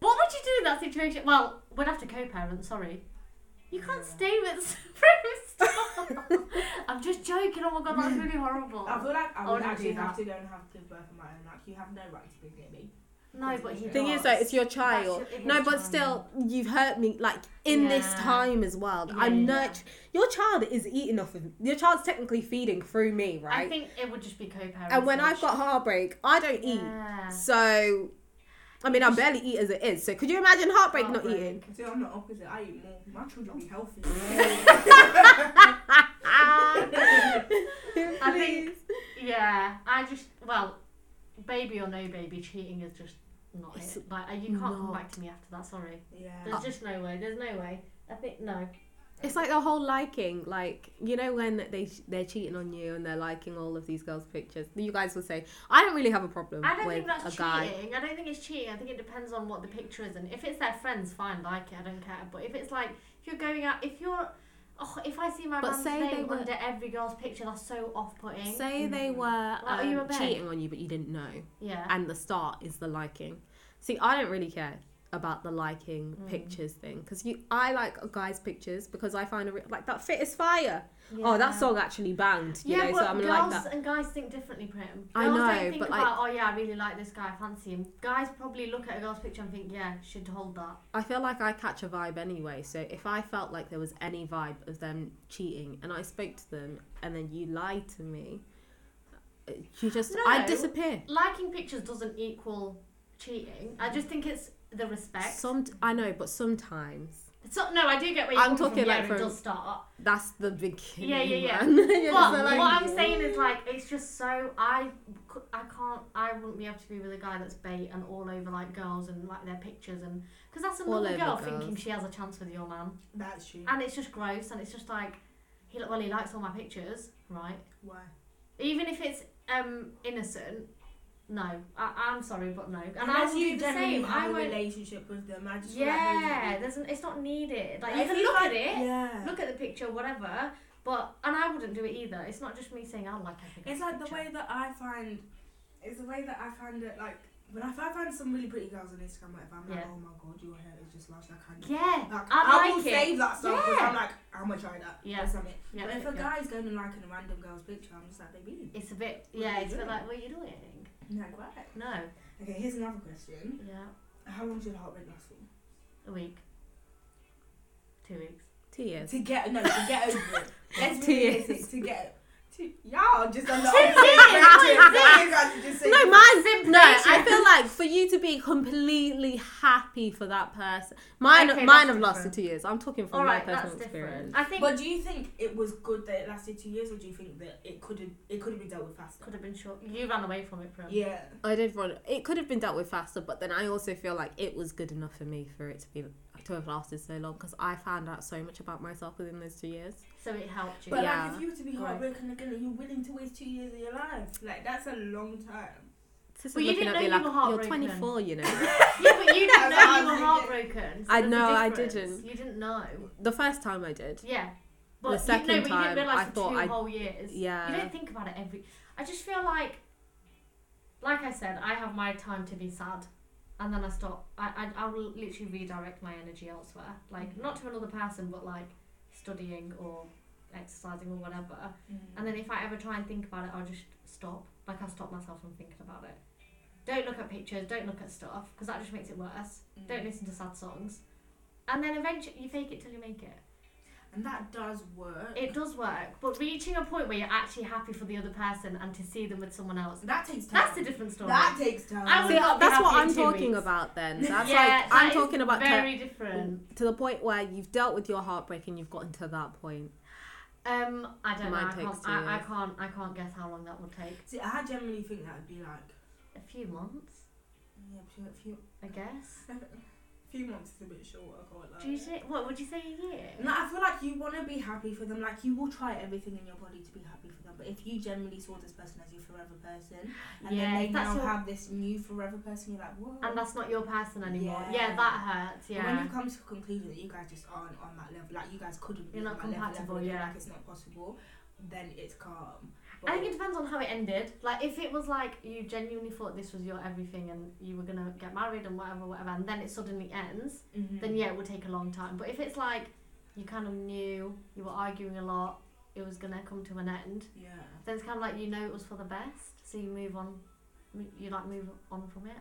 [SPEAKER 2] What would you do in that situation? Well, we'd have to co-parent. Sorry, you can't
[SPEAKER 3] Yeah.
[SPEAKER 2] stay with Bruce. I'm just joking. Oh my god, that's really horrible.
[SPEAKER 3] I feel like
[SPEAKER 2] I
[SPEAKER 3] I would
[SPEAKER 2] wouldn't
[SPEAKER 3] actually
[SPEAKER 2] do
[SPEAKER 3] have
[SPEAKER 2] that.
[SPEAKER 3] to go and have to give birth on my own. Like you have no right to be near me.
[SPEAKER 2] No, but he.
[SPEAKER 1] Thing
[SPEAKER 2] does.
[SPEAKER 1] is, though, it's your child.
[SPEAKER 2] That's your- it
[SPEAKER 1] No,
[SPEAKER 2] is
[SPEAKER 1] but
[SPEAKER 2] child.
[SPEAKER 1] still, you've hurt me like in this
[SPEAKER 2] Yeah.
[SPEAKER 1] time as well.
[SPEAKER 2] Yeah,
[SPEAKER 1] I'm
[SPEAKER 2] yeah, yeah.
[SPEAKER 1] nurturing. Your child is eating off of your child's technically feeding through me,
[SPEAKER 2] I
[SPEAKER 1] right?
[SPEAKER 2] think it would just be co-parent.
[SPEAKER 1] And when I've got heartbreak, I don't
[SPEAKER 2] yeah.
[SPEAKER 1] eat. So, I mean, I
[SPEAKER 2] Just-
[SPEAKER 1] barely eat as it is. So, could you imagine heartbreak, not eating?
[SPEAKER 3] See, I'm the opposite. I eat more. My children be healthy.
[SPEAKER 2] Ah, I think. Yeah, I just well, baby or no baby, cheating is just not
[SPEAKER 1] It's
[SPEAKER 2] it. Like uh, you can't come
[SPEAKER 1] not.
[SPEAKER 2] back to me after that. Sorry.
[SPEAKER 3] yeah.
[SPEAKER 2] There's just no way. There's no way. I think no.
[SPEAKER 1] It's like the whole liking, like you know when they they're cheating on you and they're liking all of these girls' pictures. You guys will say, "I don't really have a problem
[SPEAKER 2] I don't
[SPEAKER 1] with
[SPEAKER 2] think that's
[SPEAKER 1] a guy."
[SPEAKER 2] cheating. I don't think it's cheating. I think it depends on what the picture is, and if it's their friends, fine, like it. I don't care. But if it's like if you're going out, if you're, oh, if I see my
[SPEAKER 1] But
[SPEAKER 2] man's
[SPEAKER 1] say they
[SPEAKER 2] name
[SPEAKER 1] were-
[SPEAKER 2] under every girl's picture, that's so off-putting.
[SPEAKER 1] Say they were
[SPEAKER 2] are you
[SPEAKER 1] um,
[SPEAKER 2] a babe?
[SPEAKER 1] cheating on you, but you didn't know.
[SPEAKER 2] yeah.
[SPEAKER 1] and the start is the liking. See, I don't really care. about the liking
[SPEAKER 4] Mm.
[SPEAKER 1] pictures thing because you I like a guy's pictures because I find a re- like that fit is fire. Oh, that song actually banged. You
[SPEAKER 2] yeah,
[SPEAKER 1] know,
[SPEAKER 2] but
[SPEAKER 1] so I'm gonna like
[SPEAKER 2] girls
[SPEAKER 1] that.
[SPEAKER 2] and guys think differently, Prim.
[SPEAKER 1] I
[SPEAKER 2] Girls
[SPEAKER 1] know,
[SPEAKER 2] don't think
[SPEAKER 1] but, like-
[SPEAKER 2] about, oh yeah, I really like this guy, I fancy him. Guys probably look at a girl's picture and think, yeah, should hold that.
[SPEAKER 1] I feel like I catch a vibe anyway. So if I felt like there was any vibe of them cheating and I spoke to them and then you lied to me, uh, you just I
[SPEAKER 2] No.
[SPEAKER 1] disappear.
[SPEAKER 2] Liking pictures doesn't equal cheating. I just think it's the respect.
[SPEAKER 1] Some I know, but sometimes
[SPEAKER 2] So, no, I do get where you're
[SPEAKER 1] I'm
[SPEAKER 2] coming
[SPEAKER 1] talking,
[SPEAKER 2] from. Yeah,
[SPEAKER 1] like,
[SPEAKER 2] it
[SPEAKER 1] from-
[SPEAKER 2] does start.
[SPEAKER 1] that's the beginning.
[SPEAKER 2] Yeah, yeah, yeah.
[SPEAKER 1] man. You're just
[SPEAKER 2] But
[SPEAKER 1] like-
[SPEAKER 2] what I'm saying is like it's just so I c- I can't I wouldn't be able to be with a guy that's bait and all over like girls and like their pictures and because that's
[SPEAKER 1] All
[SPEAKER 2] another
[SPEAKER 1] over
[SPEAKER 2] girl
[SPEAKER 1] girls.
[SPEAKER 2] thinking she has a chance with your man
[SPEAKER 3] That's true.
[SPEAKER 2] and it's just gross and it's just like he well he likes all my pictures right
[SPEAKER 3] Why?
[SPEAKER 2] even if it's um innocent no I, I'm sorry but no and I
[SPEAKER 3] Unless
[SPEAKER 2] will do
[SPEAKER 3] you
[SPEAKER 2] the same
[SPEAKER 3] generally
[SPEAKER 2] I
[SPEAKER 3] have a
[SPEAKER 2] won't
[SPEAKER 3] relationship with them. I just feel like those
[SPEAKER 2] yeah
[SPEAKER 3] would be-
[SPEAKER 2] there's an, it's not needed like
[SPEAKER 3] I
[SPEAKER 2] you can
[SPEAKER 3] feel
[SPEAKER 2] look
[SPEAKER 3] like-
[SPEAKER 2] at it
[SPEAKER 3] Yeah.
[SPEAKER 2] look at the picture, whatever. But and I wouldn't do it either. It's not just me saying I like everything.
[SPEAKER 3] It's like the way that I find. It's the way that I find it like. When I, if I find some really pretty girls on Instagram, whatever, I'm like,
[SPEAKER 2] Yeah.
[SPEAKER 3] oh my god, your hair is just lush. I can't.
[SPEAKER 2] Yeah,
[SPEAKER 3] Like,
[SPEAKER 2] I
[SPEAKER 3] will
[SPEAKER 2] like it.
[SPEAKER 3] save that stuff because
[SPEAKER 2] Yeah.
[SPEAKER 3] I'm like, I'm gonna try that.
[SPEAKER 2] Yeah.
[SPEAKER 3] Or something.
[SPEAKER 2] Yeah,
[SPEAKER 3] but if
[SPEAKER 2] yeah,
[SPEAKER 3] a
[SPEAKER 2] yeah.
[SPEAKER 3] guy's going and liking a random girl's picture, I'm just like, baby,
[SPEAKER 2] It's a bit.
[SPEAKER 3] What are
[SPEAKER 2] Yeah,
[SPEAKER 3] you
[SPEAKER 2] it's a bit
[SPEAKER 3] doing?
[SPEAKER 2] like what are you doing?
[SPEAKER 3] like what?
[SPEAKER 2] No.
[SPEAKER 3] Okay, here's another question.
[SPEAKER 2] Yeah.
[SPEAKER 3] How long should heartbreak last for?
[SPEAKER 2] A week. Two weeks.
[SPEAKER 1] two years.
[SPEAKER 3] To get no, to get over it. Let's
[SPEAKER 1] Two
[SPEAKER 3] be
[SPEAKER 1] years.
[SPEAKER 3] realistic. To get. To, y'all just on the
[SPEAKER 2] Two
[SPEAKER 3] opposite
[SPEAKER 2] years.
[SPEAKER 3] spectrum. You guys are just saying-
[SPEAKER 1] No, mine.
[SPEAKER 2] Simple
[SPEAKER 1] No,
[SPEAKER 2] nature.
[SPEAKER 1] I feel like for you to be completely happy for that person, mine,
[SPEAKER 2] Okay, that's
[SPEAKER 1] mine have lasted
[SPEAKER 3] different.
[SPEAKER 1] two years. I'm talking from
[SPEAKER 2] All right,
[SPEAKER 1] my
[SPEAKER 2] that's
[SPEAKER 1] personal
[SPEAKER 2] different.
[SPEAKER 1] experience.
[SPEAKER 2] I think
[SPEAKER 3] But do you think it was good that it lasted two years, or do you think that it could have it could have been dealt with faster?
[SPEAKER 2] could have been short. You ran away from it, Prim.
[SPEAKER 3] Yeah.
[SPEAKER 1] I did run. It could have been dealt with faster, but then I also feel like it was good enough for me for it to be to have lasted so long because I found out so much about myself within those two years.
[SPEAKER 2] So it helped you.
[SPEAKER 3] But
[SPEAKER 1] Yeah.
[SPEAKER 3] like, if you were to be
[SPEAKER 1] Right.
[SPEAKER 3] heartbroken again, are you willing to waste two years of your life? Like that's a long time.
[SPEAKER 1] This is
[SPEAKER 2] Well, you
[SPEAKER 1] looking
[SPEAKER 2] didn't
[SPEAKER 1] at me
[SPEAKER 2] know you were
[SPEAKER 1] like you're
[SPEAKER 2] heartbroken."
[SPEAKER 1] 24, you know.
[SPEAKER 2] yeah, but you didn't
[SPEAKER 3] That's
[SPEAKER 2] know
[SPEAKER 3] what I'm
[SPEAKER 2] you were
[SPEAKER 3] thinking.
[SPEAKER 2] heartbroken. So
[SPEAKER 1] I
[SPEAKER 2] there's a
[SPEAKER 1] know, I
[SPEAKER 2] difference.
[SPEAKER 1] didn't.
[SPEAKER 2] You didn't know.
[SPEAKER 1] the first time I did,
[SPEAKER 2] Yeah. But
[SPEAKER 1] The second
[SPEAKER 2] you, no, but you
[SPEAKER 1] time,
[SPEAKER 2] didn't realize
[SPEAKER 1] I
[SPEAKER 2] for
[SPEAKER 1] thought
[SPEAKER 2] two
[SPEAKER 1] I-
[SPEAKER 2] whole years. You
[SPEAKER 1] yeah,
[SPEAKER 2] don't think about it every. I just feel like, like I said, I have my time to be sad, and then I stop. I I, I will literally redirect my energy elsewhere,
[SPEAKER 1] Mm-hmm.
[SPEAKER 2] like not to another person, but like studying or exercising or whatever. And then if I ever try and think about it, I'll just stop. Like I'll stop myself from thinking about it. Don't look at pictures. Don't look at stuff because that just makes it worse.
[SPEAKER 1] Mm.
[SPEAKER 2] Don't listen to sad songs. And then eventually, you fake it till you make it.
[SPEAKER 3] And that does work.
[SPEAKER 2] It does work, but reaching a point where you're actually happy for the other person and to see them with someone else,
[SPEAKER 3] that takes time.
[SPEAKER 2] that's a different story.
[SPEAKER 3] That takes time.
[SPEAKER 2] I
[SPEAKER 1] See,
[SPEAKER 2] would not be
[SPEAKER 1] that's what
[SPEAKER 2] happy in
[SPEAKER 1] I'm
[SPEAKER 2] two
[SPEAKER 1] talking
[SPEAKER 2] weeks.
[SPEAKER 1] about. Then that's
[SPEAKER 2] Yeah,
[SPEAKER 1] like
[SPEAKER 2] that
[SPEAKER 1] I'm
[SPEAKER 2] is
[SPEAKER 1] talking about to,
[SPEAKER 2] very different.
[SPEAKER 1] to the point where you've dealt with your heartbreak and you've gotten to that point.
[SPEAKER 2] Um, I don't know.
[SPEAKER 1] Mine
[SPEAKER 2] I can't,
[SPEAKER 1] takes two
[SPEAKER 2] I, I
[SPEAKER 1] years.
[SPEAKER 2] can't. I can't guess how long that would take.
[SPEAKER 3] See, I generally think that would be like
[SPEAKER 2] A few months,
[SPEAKER 3] yeah, few, few,
[SPEAKER 2] I guess.
[SPEAKER 3] few months is a bit short. I can't lie.
[SPEAKER 2] Do you say what? Would you say a year?
[SPEAKER 3] No, I feel like you want to be happy for them. Like you will try everything in your body to be happy for them. But if you generally saw this person as your forever person, and
[SPEAKER 2] Yeah,
[SPEAKER 3] then they
[SPEAKER 2] that's
[SPEAKER 3] now
[SPEAKER 2] your-
[SPEAKER 3] have this new forever person, you're like, whoa.
[SPEAKER 2] And that's not your person anymore.
[SPEAKER 3] Yeah.
[SPEAKER 2] Yeah, that hurts.
[SPEAKER 3] But When
[SPEAKER 2] Yeah.
[SPEAKER 3] you come to a conclusion that you guys just aren't on that level, like you guys couldn't be
[SPEAKER 2] You're
[SPEAKER 3] on
[SPEAKER 2] not
[SPEAKER 3] that level,
[SPEAKER 2] compatible,
[SPEAKER 3] level,
[SPEAKER 2] yeah.
[SPEAKER 3] like it's not possible, then it's calm.
[SPEAKER 2] I think it depends on how it ended. Like, if it was like you genuinely thought this was your everything and you were gonna get married and whatever, whatever, and then it suddenly ends,
[SPEAKER 3] Mhm.
[SPEAKER 2] then yeah, it would take a long time. But if it's like you kind of knew you were arguing a lot, it was gonna come to an end,
[SPEAKER 3] yeah.
[SPEAKER 2] then it's kind of like you know it was for the best, so you move on, mo- you like move on from it.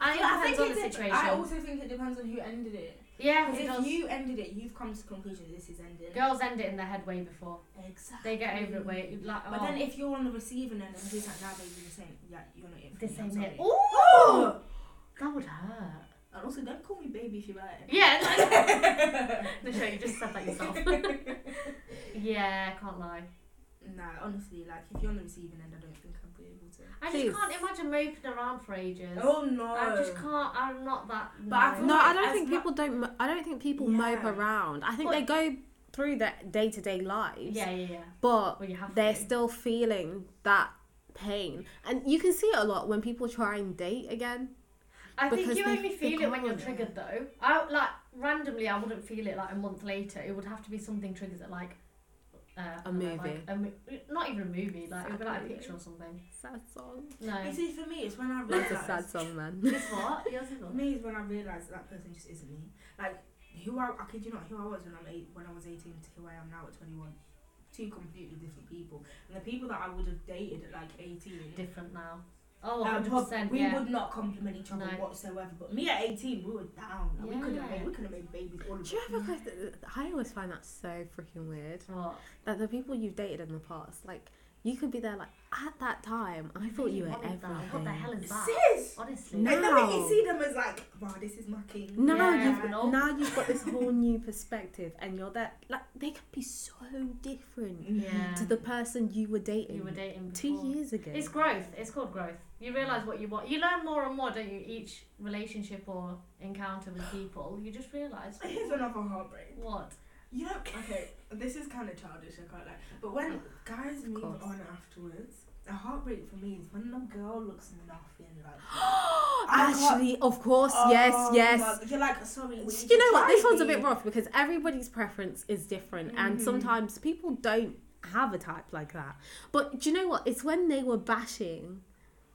[SPEAKER 2] And it
[SPEAKER 3] I
[SPEAKER 2] depends
[SPEAKER 3] think
[SPEAKER 2] on the
[SPEAKER 3] it dep-
[SPEAKER 2] situation.
[SPEAKER 3] I also think it depends on who ended it.
[SPEAKER 2] yeah,
[SPEAKER 3] Because
[SPEAKER 2] it
[SPEAKER 3] if
[SPEAKER 2] does.
[SPEAKER 3] you ended it, you've come to the conclusion this is ending.
[SPEAKER 2] Girls end it in their head way before
[SPEAKER 3] Exactly.
[SPEAKER 2] they get over it. Way like oh,
[SPEAKER 3] Mm. But then if you're on the receiving end and he's like, nah, baby, this ain't, yeah, you're not it. for
[SPEAKER 2] this
[SPEAKER 3] me, I'm
[SPEAKER 2] ain't it.
[SPEAKER 3] sorry."
[SPEAKER 2] Ooh, that would hurt.
[SPEAKER 3] And also, don't call me baby if you're right.
[SPEAKER 2] Yeah, like, the show you just said that yourself. yeah, I can't lie.
[SPEAKER 3] Nah, honestly, like if you're on the receiving end, I don't think I'd be able to.
[SPEAKER 2] I
[SPEAKER 1] Please.
[SPEAKER 2] just can't imagine moping around for ages.
[SPEAKER 3] Oh no!
[SPEAKER 2] I just can't. I'm not that.
[SPEAKER 3] But I
[SPEAKER 2] nice.
[SPEAKER 3] feel
[SPEAKER 1] No,
[SPEAKER 3] like
[SPEAKER 1] I don't
[SPEAKER 3] as
[SPEAKER 1] think
[SPEAKER 3] mu-
[SPEAKER 1] people don't. mo- I don't think people
[SPEAKER 3] Yeah.
[SPEAKER 1] mope around. I think
[SPEAKER 2] Well-
[SPEAKER 1] they go through their day to day lives,
[SPEAKER 2] Yeah, yeah, yeah.
[SPEAKER 1] but
[SPEAKER 2] Well, you have
[SPEAKER 1] they're
[SPEAKER 2] to.
[SPEAKER 1] still feeling that pain, and you can see it a lot when people try and date again.
[SPEAKER 2] I think
[SPEAKER 1] because
[SPEAKER 2] you
[SPEAKER 1] they-
[SPEAKER 2] only
[SPEAKER 1] they
[SPEAKER 2] feel it when you're
[SPEAKER 1] can't.
[SPEAKER 2] triggered, though. I like randomly, I wouldn't feel it like a month later. It would have to be something triggers it, like uh,
[SPEAKER 1] A
[SPEAKER 2] I don't know,
[SPEAKER 1] movie.
[SPEAKER 2] like a mo- not even a movie, like it would be like a
[SPEAKER 1] Sad
[SPEAKER 2] picture or something.
[SPEAKER 1] Sad song.
[SPEAKER 2] No,
[SPEAKER 3] You see, for me, it's when I
[SPEAKER 1] That's
[SPEAKER 3] realised.
[SPEAKER 1] a sad song, man.
[SPEAKER 2] it's what yours is
[SPEAKER 3] For
[SPEAKER 2] what?
[SPEAKER 3] me, is when I realised that person just isn't me. Like who I, I kid you not, who I was when I'm eight, when I was eighteen to who I am now at twenty one. Two completely different people, and the people that I would have dated at like eighteen.
[SPEAKER 2] Different now. Oh,
[SPEAKER 3] that
[SPEAKER 2] 100
[SPEAKER 3] would-
[SPEAKER 2] percent.
[SPEAKER 3] we
[SPEAKER 2] Yeah.
[SPEAKER 3] would not compliment each other
[SPEAKER 2] No.
[SPEAKER 3] whatsoever. But me at eighteen, we were down. Like, We could have
[SPEAKER 2] Yeah.
[SPEAKER 3] made, we could have made babies. All of
[SPEAKER 1] Do you
[SPEAKER 3] us.
[SPEAKER 1] ever guys? I always find that so freaking weird.
[SPEAKER 2] What?
[SPEAKER 1] That the people you've dated in the past, like you could be there, like at that time, I thought you were
[SPEAKER 2] What is that?
[SPEAKER 1] everything.
[SPEAKER 2] What the hell is that? Oh,
[SPEAKER 3] Sis.
[SPEAKER 2] Honestly.
[SPEAKER 1] No.
[SPEAKER 3] And then when you see them as like, wow, this is my king.
[SPEAKER 1] Now
[SPEAKER 2] Yeah.
[SPEAKER 1] you've
[SPEAKER 2] Nope.
[SPEAKER 1] now you've got this whole new perspective, and you're there. Like they could be so different
[SPEAKER 2] Yeah.
[SPEAKER 1] to the person you were dating
[SPEAKER 2] You were dating
[SPEAKER 1] two
[SPEAKER 2] before.
[SPEAKER 1] years ago.
[SPEAKER 2] It's growth. It's called growth. You realize what you want. You learn more and more, don't you? Each relationship or encounter with people, you just realize
[SPEAKER 3] Here's another heartbreak.
[SPEAKER 2] what.
[SPEAKER 3] You know, okay, this is kind of childish, I can't lie. But when guys move
[SPEAKER 1] course.
[SPEAKER 3] on afterwards, a heartbreak for me is when the girl looks nothing like. I can't-
[SPEAKER 1] Actually, of course, yes,
[SPEAKER 3] Oh,
[SPEAKER 1] yes.
[SPEAKER 3] my- You're like, sorry. we need
[SPEAKER 1] You
[SPEAKER 3] to
[SPEAKER 1] know what?
[SPEAKER 3] try
[SPEAKER 1] This one's a
[SPEAKER 3] me."
[SPEAKER 1] bit rough because everybody's preference is different, and
[SPEAKER 3] Mhm.
[SPEAKER 1] sometimes people don't have a type like that. But do you know what? It's when they were bashing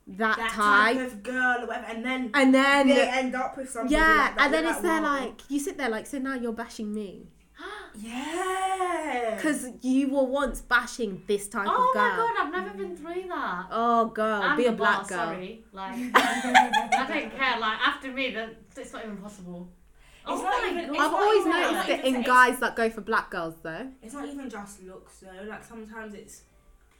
[SPEAKER 1] that,
[SPEAKER 3] That
[SPEAKER 1] type,
[SPEAKER 3] type of girl or whatever, and then
[SPEAKER 1] and then
[SPEAKER 3] they end up with somebody.
[SPEAKER 1] yeah,
[SPEAKER 3] like that.
[SPEAKER 1] and then
[SPEAKER 3] You're
[SPEAKER 1] it's there
[SPEAKER 3] "Wow."
[SPEAKER 1] like you sit there like so now you're bashing me.
[SPEAKER 3] yeah,
[SPEAKER 1] Because you were once bashing this type
[SPEAKER 2] oh
[SPEAKER 1] of girl.
[SPEAKER 2] my god! I've never been through that.
[SPEAKER 1] Oh girl,
[SPEAKER 2] I'm
[SPEAKER 1] be a
[SPEAKER 2] the
[SPEAKER 1] black
[SPEAKER 2] bar,
[SPEAKER 1] girl.
[SPEAKER 2] Sorry, like I don't care. Like after me, that it's not even possible. Oh
[SPEAKER 3] It's not
[SPEAKER 2] my
[SPEAKER 3] even-
[SPEAKER 2] god!
[SPEAKER 3] It's
[SPEAKER 1] I've always
[SPEAKER 3] not
[SPEAKER 1] noticed
[SPEAKER 3] like-
[SPEAKER 1] it in
[SPEAKER 3] it's-
[SPEAKER 1] guys that go for black girls though.
[SPEAKER 3] it's not even just looks though. Like sometimes it's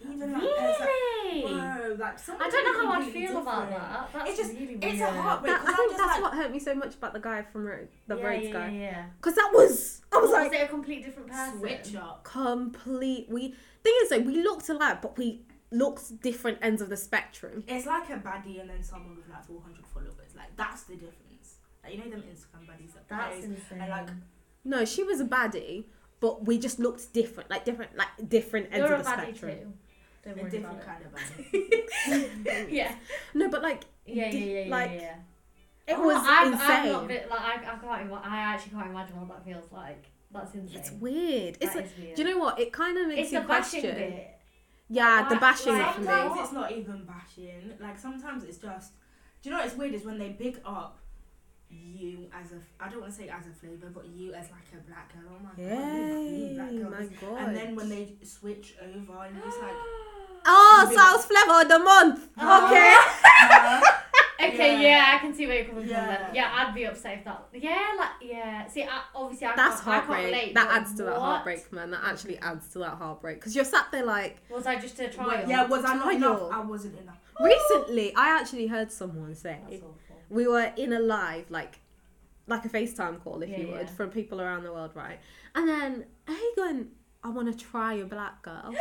[SPEAKER 3] even like there's like,
[SPEAKER 2] Really?
[SPEAKER 3] whoa, like
[SPEAKER 2] I
[SPEAKER 3] sometimes
[SPEAKER 2] don't know how I
[SPEAKER 3] completely
[SPEAKER 2] feel about
[SPEAKER 3] different.
[SPEAKER 2] that. That's
[SPEAKER 3] It's just-
[SPEAKER 2] really
[SPEAKER 3] It's a
[SPEAKER 2] weird.
[SPEAKER 3] heartbreak.
[SPEAKER 1] That,
[SPEAKER 3] 'cause
[SPEAKER 1] I
[SPEAKER 3] I'm
[SPEAKER 1] think
[SPEAKER 3] just
[SPEAKER 1] that's
[SPEAKER 3] like,
[SPEAKER 1] what hurt me so much about the guy from Ro- the
[SPEAKER 2] yeah,
[SPEAKER 1] Rhodes
[SPEAKER 2] yeah,
[SPEAKER 1] guy.
[SPEAKER 2] Yeah.
[SPEAKER 1] Because that was I was
[SPEAKER 2] Was,
[SPEAKER 1] like
[SPEAKER 2] it a complete different person?
[SPEAKER 3] switch up.
[SPEAKER 1] complete. We thing is though we looked alike, but we looked different ends of the spectrum.
[SPEAKER 3] It's like a baddie and then someone with like 400 followers. Like that's the difference. Like you know them Instagram baddies that
[SPEAKER 2] That's
[SPEAKER 3] post,
[SPEAKER 2] insane.
[SPEAKER 3] and like
[SPEAKER 1] No, she was a baddie, but we just looked different, like different, like different ends
[SPEAKER 2] You're a
[SPEAKER 1] of the
[SPEAKER 2] baddie
[SPEAKER 1] spectrum.
[SPEAKER 2] too. Don't
[SPEAKER 3] a
[SPEAKER 2] worry about
[SPEAKER 3] different
[SPEAKER 2] it.
[SPEAKER 3] kind of baddie.
[SPEAKER 2] Yeah.
[SPEAKER 1] No, but like
[SPEAKER 2] Yeah, yeah,
[SPEAKER 1] Di-
[SPEAKER 2] yeah, yeah,
[SPEAKER 1] like,
[SPEAKER 2] yeah.
[SPEAKER 1] it
[SPEAKER 2] Oh,
[SPEAKER 1] was
[SPEAKER 2] I'm,
[SPEAKER 1] insane.
[SPEAKER 2] I'm not bit, like I, I can't. Even, I actually can't imagine what that feels like. That's insane.
[SPEAKER 1] It's weird. It's
[SPEAKER 2] That
[SPEAKER 1] like,
[SPEAKER 2] is weird.
[SPEAKER 1] do you know what? It kind of makes
[SPEAKER 2] It's
[SPEAKER 1] you
[SPEAKER 2] the bashing
[SPEAKER 1] question.
[SPEAKER 2] bit.
[SPEAKER 1] Yeah, the
[SPEAKER 2] Like,
[SPEAKER 1] bashing
[SPEAKER 2] like,
[SPEAKER 1] for me.
[SPEAKER 3] Sometimes it's not even bashing. Like sometimes it's just. Do you know what's weird is when they pick up you as a. I don't want to say as a flavor, but you as like a black girl. Oh my god. you
[SPEAKER 1] Yeah,
[SPEAKER 3] black
[SPEAKER 1] my
[SPEAKER 3] girls.
[SPEAKER 1] god.
[SPEAKER 3] And then when they switch over, and you're just like.
[SPEAKER 1] oh,
[SPEAKER 3] Yeah.
[SPEAKER 1] South Flavor of the month.
[SPEAKER 2] Oh.
[SPEAKER 1] okay.
[SPEAKER 3] huh?
[SPEAKER 2] Okay, yeah.
[SPEAKER 3] Yeah.
[SPEAKER 2] I can see where you're coming from. Then.
[SPEAKER 3] Yeah.
[SPEAKER 2] Yeah, I'd be upset if that. Yeah, like yeah. See, I, obviously, I
[SPEAKER 1] That's
[SPEAKER 2] can't, I can't
[SPEAKER 1] heartbreak.
[SPEAKER 2] relate.
[SPEAKER 1] that
[SPEAKER 2] but
[SPEAKER 1] adds to that
[SPEAKER 2] what?
[SPEAKER 1] heartbreak, man. That actually adds to that heartbreak because you're sat there like.
[SPEAKER 2] Was I just a trial?
[SPEAKER 3] Wait, yeah, was I not
[SPEAKER 1] Trial.
[SPEAKER 3] enough? I wasn't enough.
[SPEAKER 1] Recently, I actually heard someone say
[SPEAKER 2] That's awful.
[SPEAKER 1] we were in a live like like a FaceTime call if
[SPEAKER 2] Yeah,
[SPEAKER 1] you would
[SPEAKER 2] yeah.
[SPEAKER 1] from people around the world, right? And then Hagen, I want to try a black girl.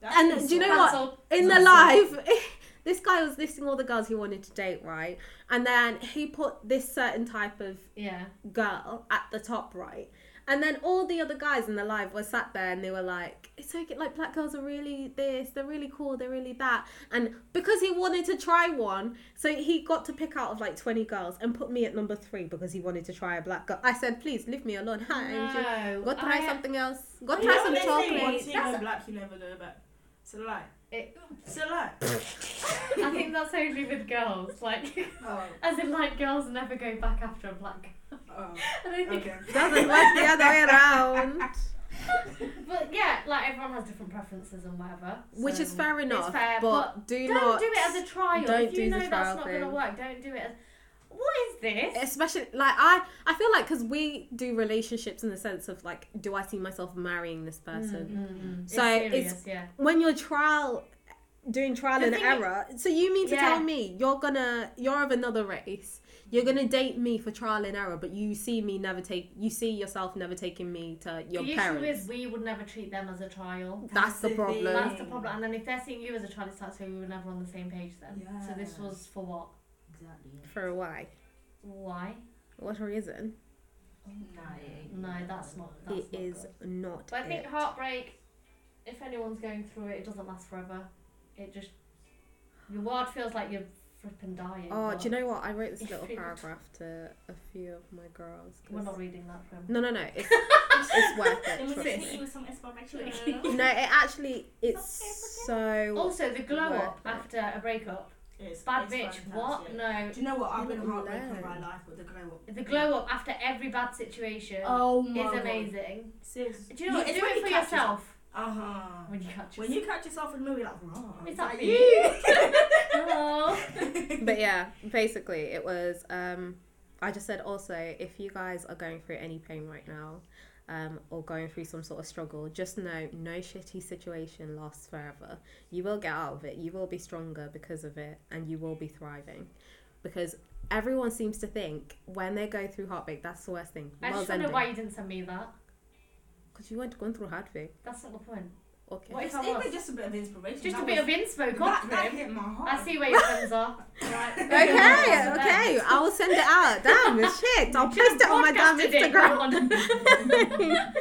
[SPEAKER 3] That's
[SPEAKER 1] And
[SPEAKER 3] just
[SPEAKER 1] do you know
[SPEAKER 3] so-
[SPEAKER 1] what?
[SPEAKER 2] That's all-
[SPEAKER 1] in the
[SPEAKER 3] Nice.
[SPEAKER 1] live this guy was listing all the girls he wanted to date right and then he put this certain type of
[SPEAKER 2] Yeah.
[SPEAKER 1] girl at the top right and then all the other guys in the live were sat there and they were like it's okay like black girls are really this they're really cool they're really that and because he wanted to try one so he got to pick out of like 20 girls and put me at number three because he wanted to try a black girl i said please leave me alone hi Angie.
[SPEAKER 2] No.
[SPEAKER 1] go try
[SPEAKER 2] I-
[SPEAKER 1] something else go
[SPEAKER 3] You
[SPEAKER 1] try
[SPEAKER 3] know
[SPEAKER 1] some
[SPEAKER 3] what they say,
[SPEAKER 1] chocolate
[SPEAKER 3] Once you
[SPEAKER 1] That's-
[SPEAKER 3] go black, you never go back. It's a lie.
[SPEAKER 2] It-
[SPEAKER 3] It's a lie.
[SPEAKER 2] I think that's only with girls. Like,
[SPEAKER 3] Oh,
[SPEAKER 2] as in, like, girls never go back after a black guy.
[SPEAKER 3] oh,
[SPEAKER 2] I don't think.
[SPEAKER 3] okay.
[SPEAKER 1] doesn't work the other way around
[SPEAKER 2] But yeah, like, everyone has different preferences and whatever.
[SPEAKER 1] Which
[SPEAKER 2] so-
[SPEAKER 1] is fair enough,
[SPEAKER 2] fair,
[SPEAKER 1] but, do
[SPEAKER 2] Don't
[SPEAKER 1] not
[SPEAKER 2] do it as a trial.
[SPEAKER 1] don't
[SPEAKER 2] if you
[SPEAKER 1] do the
[SPEAKER 2] know
[SPEAKER 1] trial
[SPEAKER 2] that's not
[SPEAKER 1] thing.
[SPEAKER 2] gonna work, don't do it as. What is this?
[SPEAKER 1] especially like I I feel like because we do relationships in the sense of like do I see myself marrying this person
[SPEAKER 2] Mm-mm.
[SPEAKER 1] So
[SPEAKER 2] Mm, it's,
[SPEAKER 1] it's-
[SPEAKER 2] serious, yeah.
[SPEAKER 1] when you're trial doing
[SPEAKER 2] Mm.
[SPEAKER 1] trial
[SPEAKER 2] The
[SPEAKER 1] and
[SPEAKER 2] thing is-
[SPEAKER 1] error so you mean to
[SPEAKER 2] Yeah.
[SPEAKER 1] tell me you're gonna you're of another race you're gonna date me for trial and error but you see me never take you see yourself never taking me to your
[SPEAKER 2] the issue
[SPEAKER 1] parents
[SPEAKER 2] is we would never treat them as a trial.
[SPEAKER 1] that's the
[SPEAKER 3] That's the
[SPEAKER 1] problem
[SPEAKER 3] thing.
[SPEAKER 2] That's the problem. And then if they're seeing you as a trial, it starts saying we were never on the same page then. So this
[SPEAKER 3] Yeah.
[SPEAKER 2] was for what?
[SPEAKER 3] Exactly.
[SPEAKER 1] for why
[SPEAKER 2] Why?
[SPEAKER 1] what reason
[SPEAKER 2] No, that's not. That's
[SPEAKER 1] it
[SPEAKER 2] not
[SPEAKER 1] is
[SPEAKER 2] good.
[SPEAKER 1] not
[SPEAKER 2] But I think
[SPEAKER 1] it.
[SPEAKER 2] heartbreak, if anyone's going through it, it doesn't last forever. It just your world feels like you're flipping dying.
[SPEAKER 1] Oh,
[SPEAKER 2] but
[SPEAKER 1] do you know what? I wrote this
[SPEAKER 2] If
[SPEAKER 1] little
[SPEAKER 2] you-
[SPEAKER 1] paragraph to a few of my girls. 'cause-
[SPEAKER 2] We're not reading that from.
[SPEAKER 1] No, no, no. It's, it's worth
[SPEAKER 4] It
[SPEAKER 1] it.
[SPEAKER 4] was
[SPEAKER 1] Trust
[SPEAKER 4] just
[SPEAKER 1] me.
[SPEAKER 4] you with some inspiration.
[SPEAKER 1] No, it actually it's so.
[SPEAKER 2] Also, the glow up
[SPEAKER 1] Worth it.
[SPEAKER 2] after a breakup.
[SPEAKER 3] It's,
[SPEAKER 2] Bad
[SPEAKER 3] it's
[SPEAKER 2] bitch.
[SPEAKER 3] fantastic.
[SPEAKER 2] What? No.
[SPEAKER 3] Do you know what? I've been
[SPEAKER 1] Look at
[SPEAKER 3] heartbroken
[SPEAKER 1] that.
[SPEAKER 3] by life with the glow up.
[SPEAKER 2] The glow up after every bad situation
[SPEAKER 3] Oh my
[SPEAKER 2] is
[SPEAKER 3] god.
[SPEAKER 2] amazing.
[SPEAKER 3] Seriously.
[SPEAKER 2] Do you know what? Do
[SPEAKER 3] It's when
[SPEAKER 2] it
[SPEAKER 3] you
[SPEAKER 2] for
[SPEAKER 3] catch
[SPEAKER 2] yourself
[SPEAKER 3] Uh huh.
[SPEAKER 2] when you catch
[SPEAKER 3] When you catch yourself in the movie, like, oh,
[SPEAKER 2] Is
[SPEAKER 3] is
[SPEAKER 2] that
[SPEAKER 3] that
[SPEAKER 2] me?
[SPEAKER 3] you?
[SPEAKER 2] Hello.
[SPEAKER 1] But yeah, basically it was. Um, I just said also if you guys are going through any pain right now, um, or going through some sort of struggle, just know no shitty situation lasts forever. You will get out of it. You will be stronger because of it, and you will be thriving, because. Everyone seems to think when they go through heartbreak, that's the worst thing.
[SPEAKER 2] I just wonder why you didn't send me that.
[SPEAKER 1] Because you weren't going through heartbreak.
[SPEAKER 2] That's not the point.
[SPEAKER 1] Okay.
[SPEAKER 2] What if
[SPEAKER 3] It's
[SPEAKER 2] I was?
[SPEAKER 3] even just a bit of inspiration.
[SPEAKER 2] Just a
[SPEAKER 3] That
[SPEAKER 2] bit of
[SPEAKER 3] was-
[SPEAKER 2] inspo,
[SPEAKER 3] That,
[SPEAKER 2] God,
[SPEAKER 3] that
[SPEAKER 2] Grim.
[SPEAKER 3] hit my heart.
[SPEAKER 2] I see where your friends are. Right.
[SPEAKER 1] Okay,
[SPEAKER 2] Yeah.
[SPEAKER 1] okay, I will send it out. Damn, it's shit. I'll post it on my damn
[SPEAKER 2] Podcast today,
[SPEAKER 1] Instagram.
[SPEAKER 2] everyone.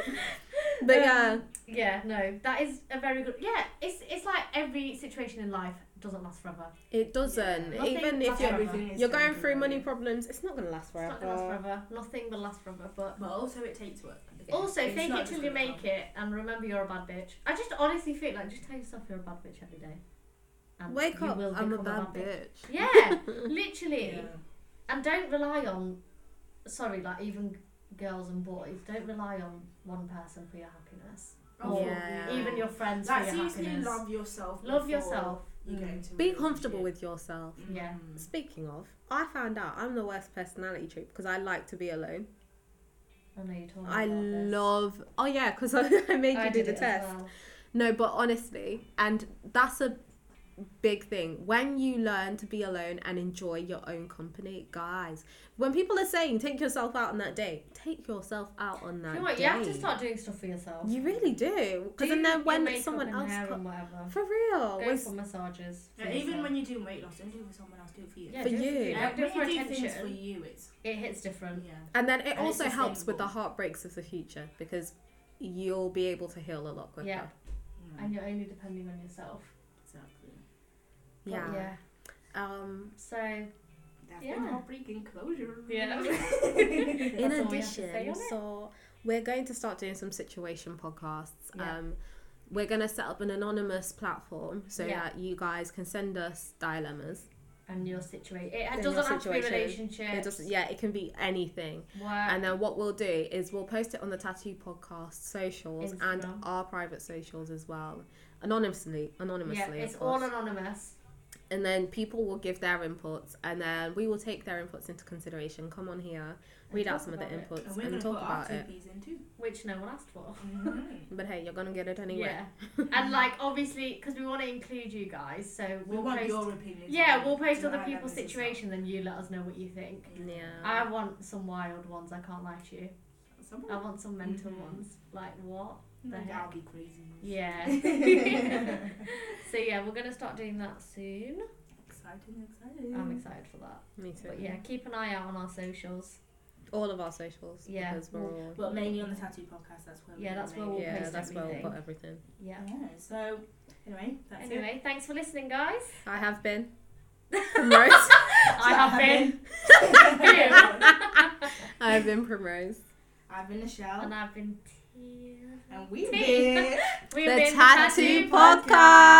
[SPEAKER 1] But
[SPEAKER 2] Um,
[SPEAKER 1] yeah,
[SPEAKER 2] Yeah, no, that is a very good. Yeah, it's it's like every situation in life doesn't last forever.
[SPEAKER 1] it doesn't.
[SPEAKER 2] nothing
[SPEAKER 1] Even if
[SPEAKER 2] lasts
[SPEAKER 1] you're
[SPEAKER 2] forever.
[SPEAKER 3] Everything is
[SPEAKER 1] you're going
[SPEAKER 3] temporary.
[SPEAKER 1] through money problems, it's not gonna last
[SPEAKER 2] It's not gonna last
[SPEAKER 1] forever.
[SPEAKER 2] forever. Nothing will last forever. But
[SPEAKER 3] But also, it takes work.
[SPEAKER 2] also,
[SPEAKER 3] It's
[SPEAKER 2] fake
[SPEAKER 3] not
[SPEAKER 2] it
[SPEAKER 3] just
[SPEAKER 2] till you
[SPEAKER 3] gonna
[SPEAKER 2] make
[SPEAKER 3] come.
[SPEAKER 2] it, and remember you're a bad bitch. I just honestly think like just tell yourself you're a bad bitch every day. And
[SPEAKER 1] Wake
[SPEAKER 2] you
[SPEAKER 1] up,
[SPEAKER 2] will
[SPEAKER 1] I'm a
[SPEAKER 2] become
[SPEAKER 1] bad bitch.
[SPEAKER 2] Yeah, literally.
[SPEAKER 3] Yeah.
[SPEAKER 2] And don't rely on, sorry, like even girls and boys, don't rely on one person for your happiness.
[SPEAKER 3] Oh,
[SPEAKER 1] Yeah.
[SPEAKER 2] Even your friends
[SPEAKER 3] Like,
[SPEAKER 2] for your
[SPEAKER 3] seriously,
[SPEAKER 2] happiness.
[SPEAKER 3] love yourself.
[SPEAKER 2] Love
[SPEAKER 3] before
[SPEAKER 2] yourself.
[SPEAKER 3] You go
[SPEAKER 4] Mm.
[SPEAKER 3] into a
[SPEAKER 1] Be comfortable
[SPEAKER 3] relationship.
[SPEAKER 1] with yourself.
[SPEAKER 2] Yeah.
[SPEAKER 3] Mm.
[SPEAKER 1] Speaking of, I found out I'm the worst personality trait because I like to be alone.
[SPEAKER 2] I know you told me
[SPEAKER 1] I
[SPEAKER 2] about this.
[SPEAKER 1] love. Oh yeah, because I, I made you
[SPEAKER 2] I
[SPEAKER 1] do
[SPEAKER 2] did
[SPEAKER 1] the
[SPEAKER 2] it as
[SPEAKER 1] test.
[SPEAKER 2] well.
[SPEAKER 1] No, but honestly, and that's a big thing. When you learn to be alone and enjoy your own company, guys, when people are saying take yourself out on that day, take yourself out on
[SPEAKER 2] You
[SPEAKER 1] that
[SPEAKER 2] know what?
[SPEAKER 1] day.
[SPEAKER 2] You have to start doing stuff for yourself.
[SPEAKER 1] You really do.
[SPEAKER 2] Do
[SPEAKER 1] Because and then
[SPEAKER 2] your
[SPEAKER 1] when
[SPEAKER 2] makeup
[SPEAKER 1] someone
[SPEAKER 2] and
[SPEAKER 1] else
[SPEAKER 2] hair
[SPEAKER 1] co-
[SPEAKER 2] and whatever.
[SPEAKER 1] for real,
[SPEAKER 2] Go
[SPEAKER 1] when
[SPEAKER 2] for massages. for
[SPEAKER 3] Yeah, even
[SPEAKER 2] yourself.
[SPEAKER 3] when you do weight loss, don't do it for someone else. Do it for you.
[SPEAKER 2] yeah,
[SPEAKER 1] for
[SPEAKER 2] do it
[SPEAKER 1] you.
[SPEAKER 3] Yeah,
[SPEAKER 2] do it for
[SPEAKER 3] when you do things for
[SPEAKER 2] attention. Um,
[SPEAKER 3] you, it's
[SPEAKER 2] It hits different.
[SPEAKER 3] yeah.
[SPEAKER 1] And then it
[SPEAKER 3] And it's
[SPEAKER 1] also helps with
[SPEAKER 3] sustainable.
[SPEAKER 1] the heartbreaks of the future because you'll be able to heal a lot quicker.
[SPEAKER 2] Yeah.
[SPEAKER 3] Mm,
[SPEAKER 2] And you're only depending on yourself.
[SPEAKER 3] Exactly.
[SPEAKER 2] But
[SPEAKER 1] Yeah.
[SPEAKER 2] yeah.
[SPEAKER 1] Um
[SPEAKER 2] So
[SPEAKER 3] That's
[SPEAKER 2] Yeah.
[SPEAKER 3] been heartbreaking closure.
[SPEAKER 2] yeah.
[SPEAKER 1] in
[SPEAKER 2] That's all we have to say
[SPEAKER 1] addition,
[SPEAKER 2] on it.
[SPEAKER 1] so we're going to start doing some situation podcasts.
[SPEAKER 2] Yeah.
[SPEAKER 1] Um, we're going to set up an anonymous platform so
[SPEAKER 2] Yeah.
[SPEAKER 1] that you guys can send us dilemmas.
[SPEAKER 2] and your situation. It
[SPEAKER 1] And
[SPEAKER 2] doesn't
[SPEAKER 1] your
[SPEAKER 2] have to be
[SPEAKER 1] situation. It
[SPEAKER 2] relationships.
[SPEAKER 1] does, yeah, it can be anything.
[SPEAKER 2] Work.
[SPEAKER 1] And then what we'll do is we'll post it on the Tattoo Podcast socials and
[SPEAKER 2] Instagram.
[SPEAKER 1] our private socials as well, anonymously.
[SPEAKER 2] yeah,
[SPEAKER 1] Anonymously, of
[SPEAKER 2] it's all
[SPEAKER 1] course.
[SPEAKER 2] anonymous.
[SPEAKER 1] and then people will give their inputs, and then we will take their inputs into consideration. Come on here, read out
[SPEAKER 2] talk
[SPEAKER 1] some of the
[SPEAKER 2] about it.
[SPEAKER 1] inputs
[SPEAKER 3] And
[SPEAKER 1] and,
[SPEAKER 3] we're going to
[SPEAKER 1] talk
[SPEAKER 3] put our
[SPEAKER 1] about it.
[SPEAKER 3] TPs in too.
[SPEAKER 2] Which no one asked for.
[SPEAKER 1] But hey, you're gonna get it anyway.
[SPEAKER 2] Yeah. and like obviously, because we want to include you guys, so
[SPEAKER 3] we
[SPEAKER 2] we'll
[SPEAKER 3] want
[SPEAKER 2] post.
[SPEAKER 3] your opinion.
[SPEAKER 2] yeah, we'll post other people's situation, then you let us know what you think.
[SPEAKER 1] Yeah.
[SPEAKER 2] I want some wild ones. I can't lie to you. I want some mental
[SPEAKER 3] Mhm.
[SPEAKER 2] ones. Like what? the heck?
[SPEAKER 3] That'll be crazy.
[SPEAKER 2] Yeah. so yeah, we're gonna start doing that soon.
[SPEAKER 3] Exciting, exciting.
[SPEAKER 2] I'm excited for that.
[SPEAKER 1] Me too.
[SPEAKER 2] But yeah, keep an eye out on our socials.
[SPEAKER 1] All of our socials.
[SPEAKER 2] Yeah.
[SPEAKER 1] Because we're all.
[SPEAKER 3] But mainly on the tattoo podcast, that's where.
[SPEAKER 2] Yeah,
[SPEAKER 3] we
[SPEAKER 2] that's where
[SPEAKER 3] make-
[SPEAKER 2] we'll
[SPEAKER 1] yeah,
[SPEAKER 2] post
[SPEAKER 1] that's where we've
[SPEAKER 2] everything.
[SPEAKER 1] got everything.
[SPEAKER 2] Yeah.
[SPEAKER 3] Yeah. So anyway, that's it.
[SPEAKER 2] Anyway, thanks for listening, guys.
[SPEAKER 1] I have been. Primrose.
[SPEAKER 2] I have been.
[SPEAKER 1] I have been Primrose.
[SPEAKER 3] I've been Michelle,
[SPEAKER 2] and I've been. Tia.
[SPEAKER 3] and we've
[SPEAKER 2] Tea.
[SPEAKER 3] been.
[SPEAKER 2] We've
[SPEAKER 1] the
[SPEAKER 2] been
[SPEAKER 1] Tattoo
[SPEAKER 2] Pod-
[SPEAKER 1] Podcast.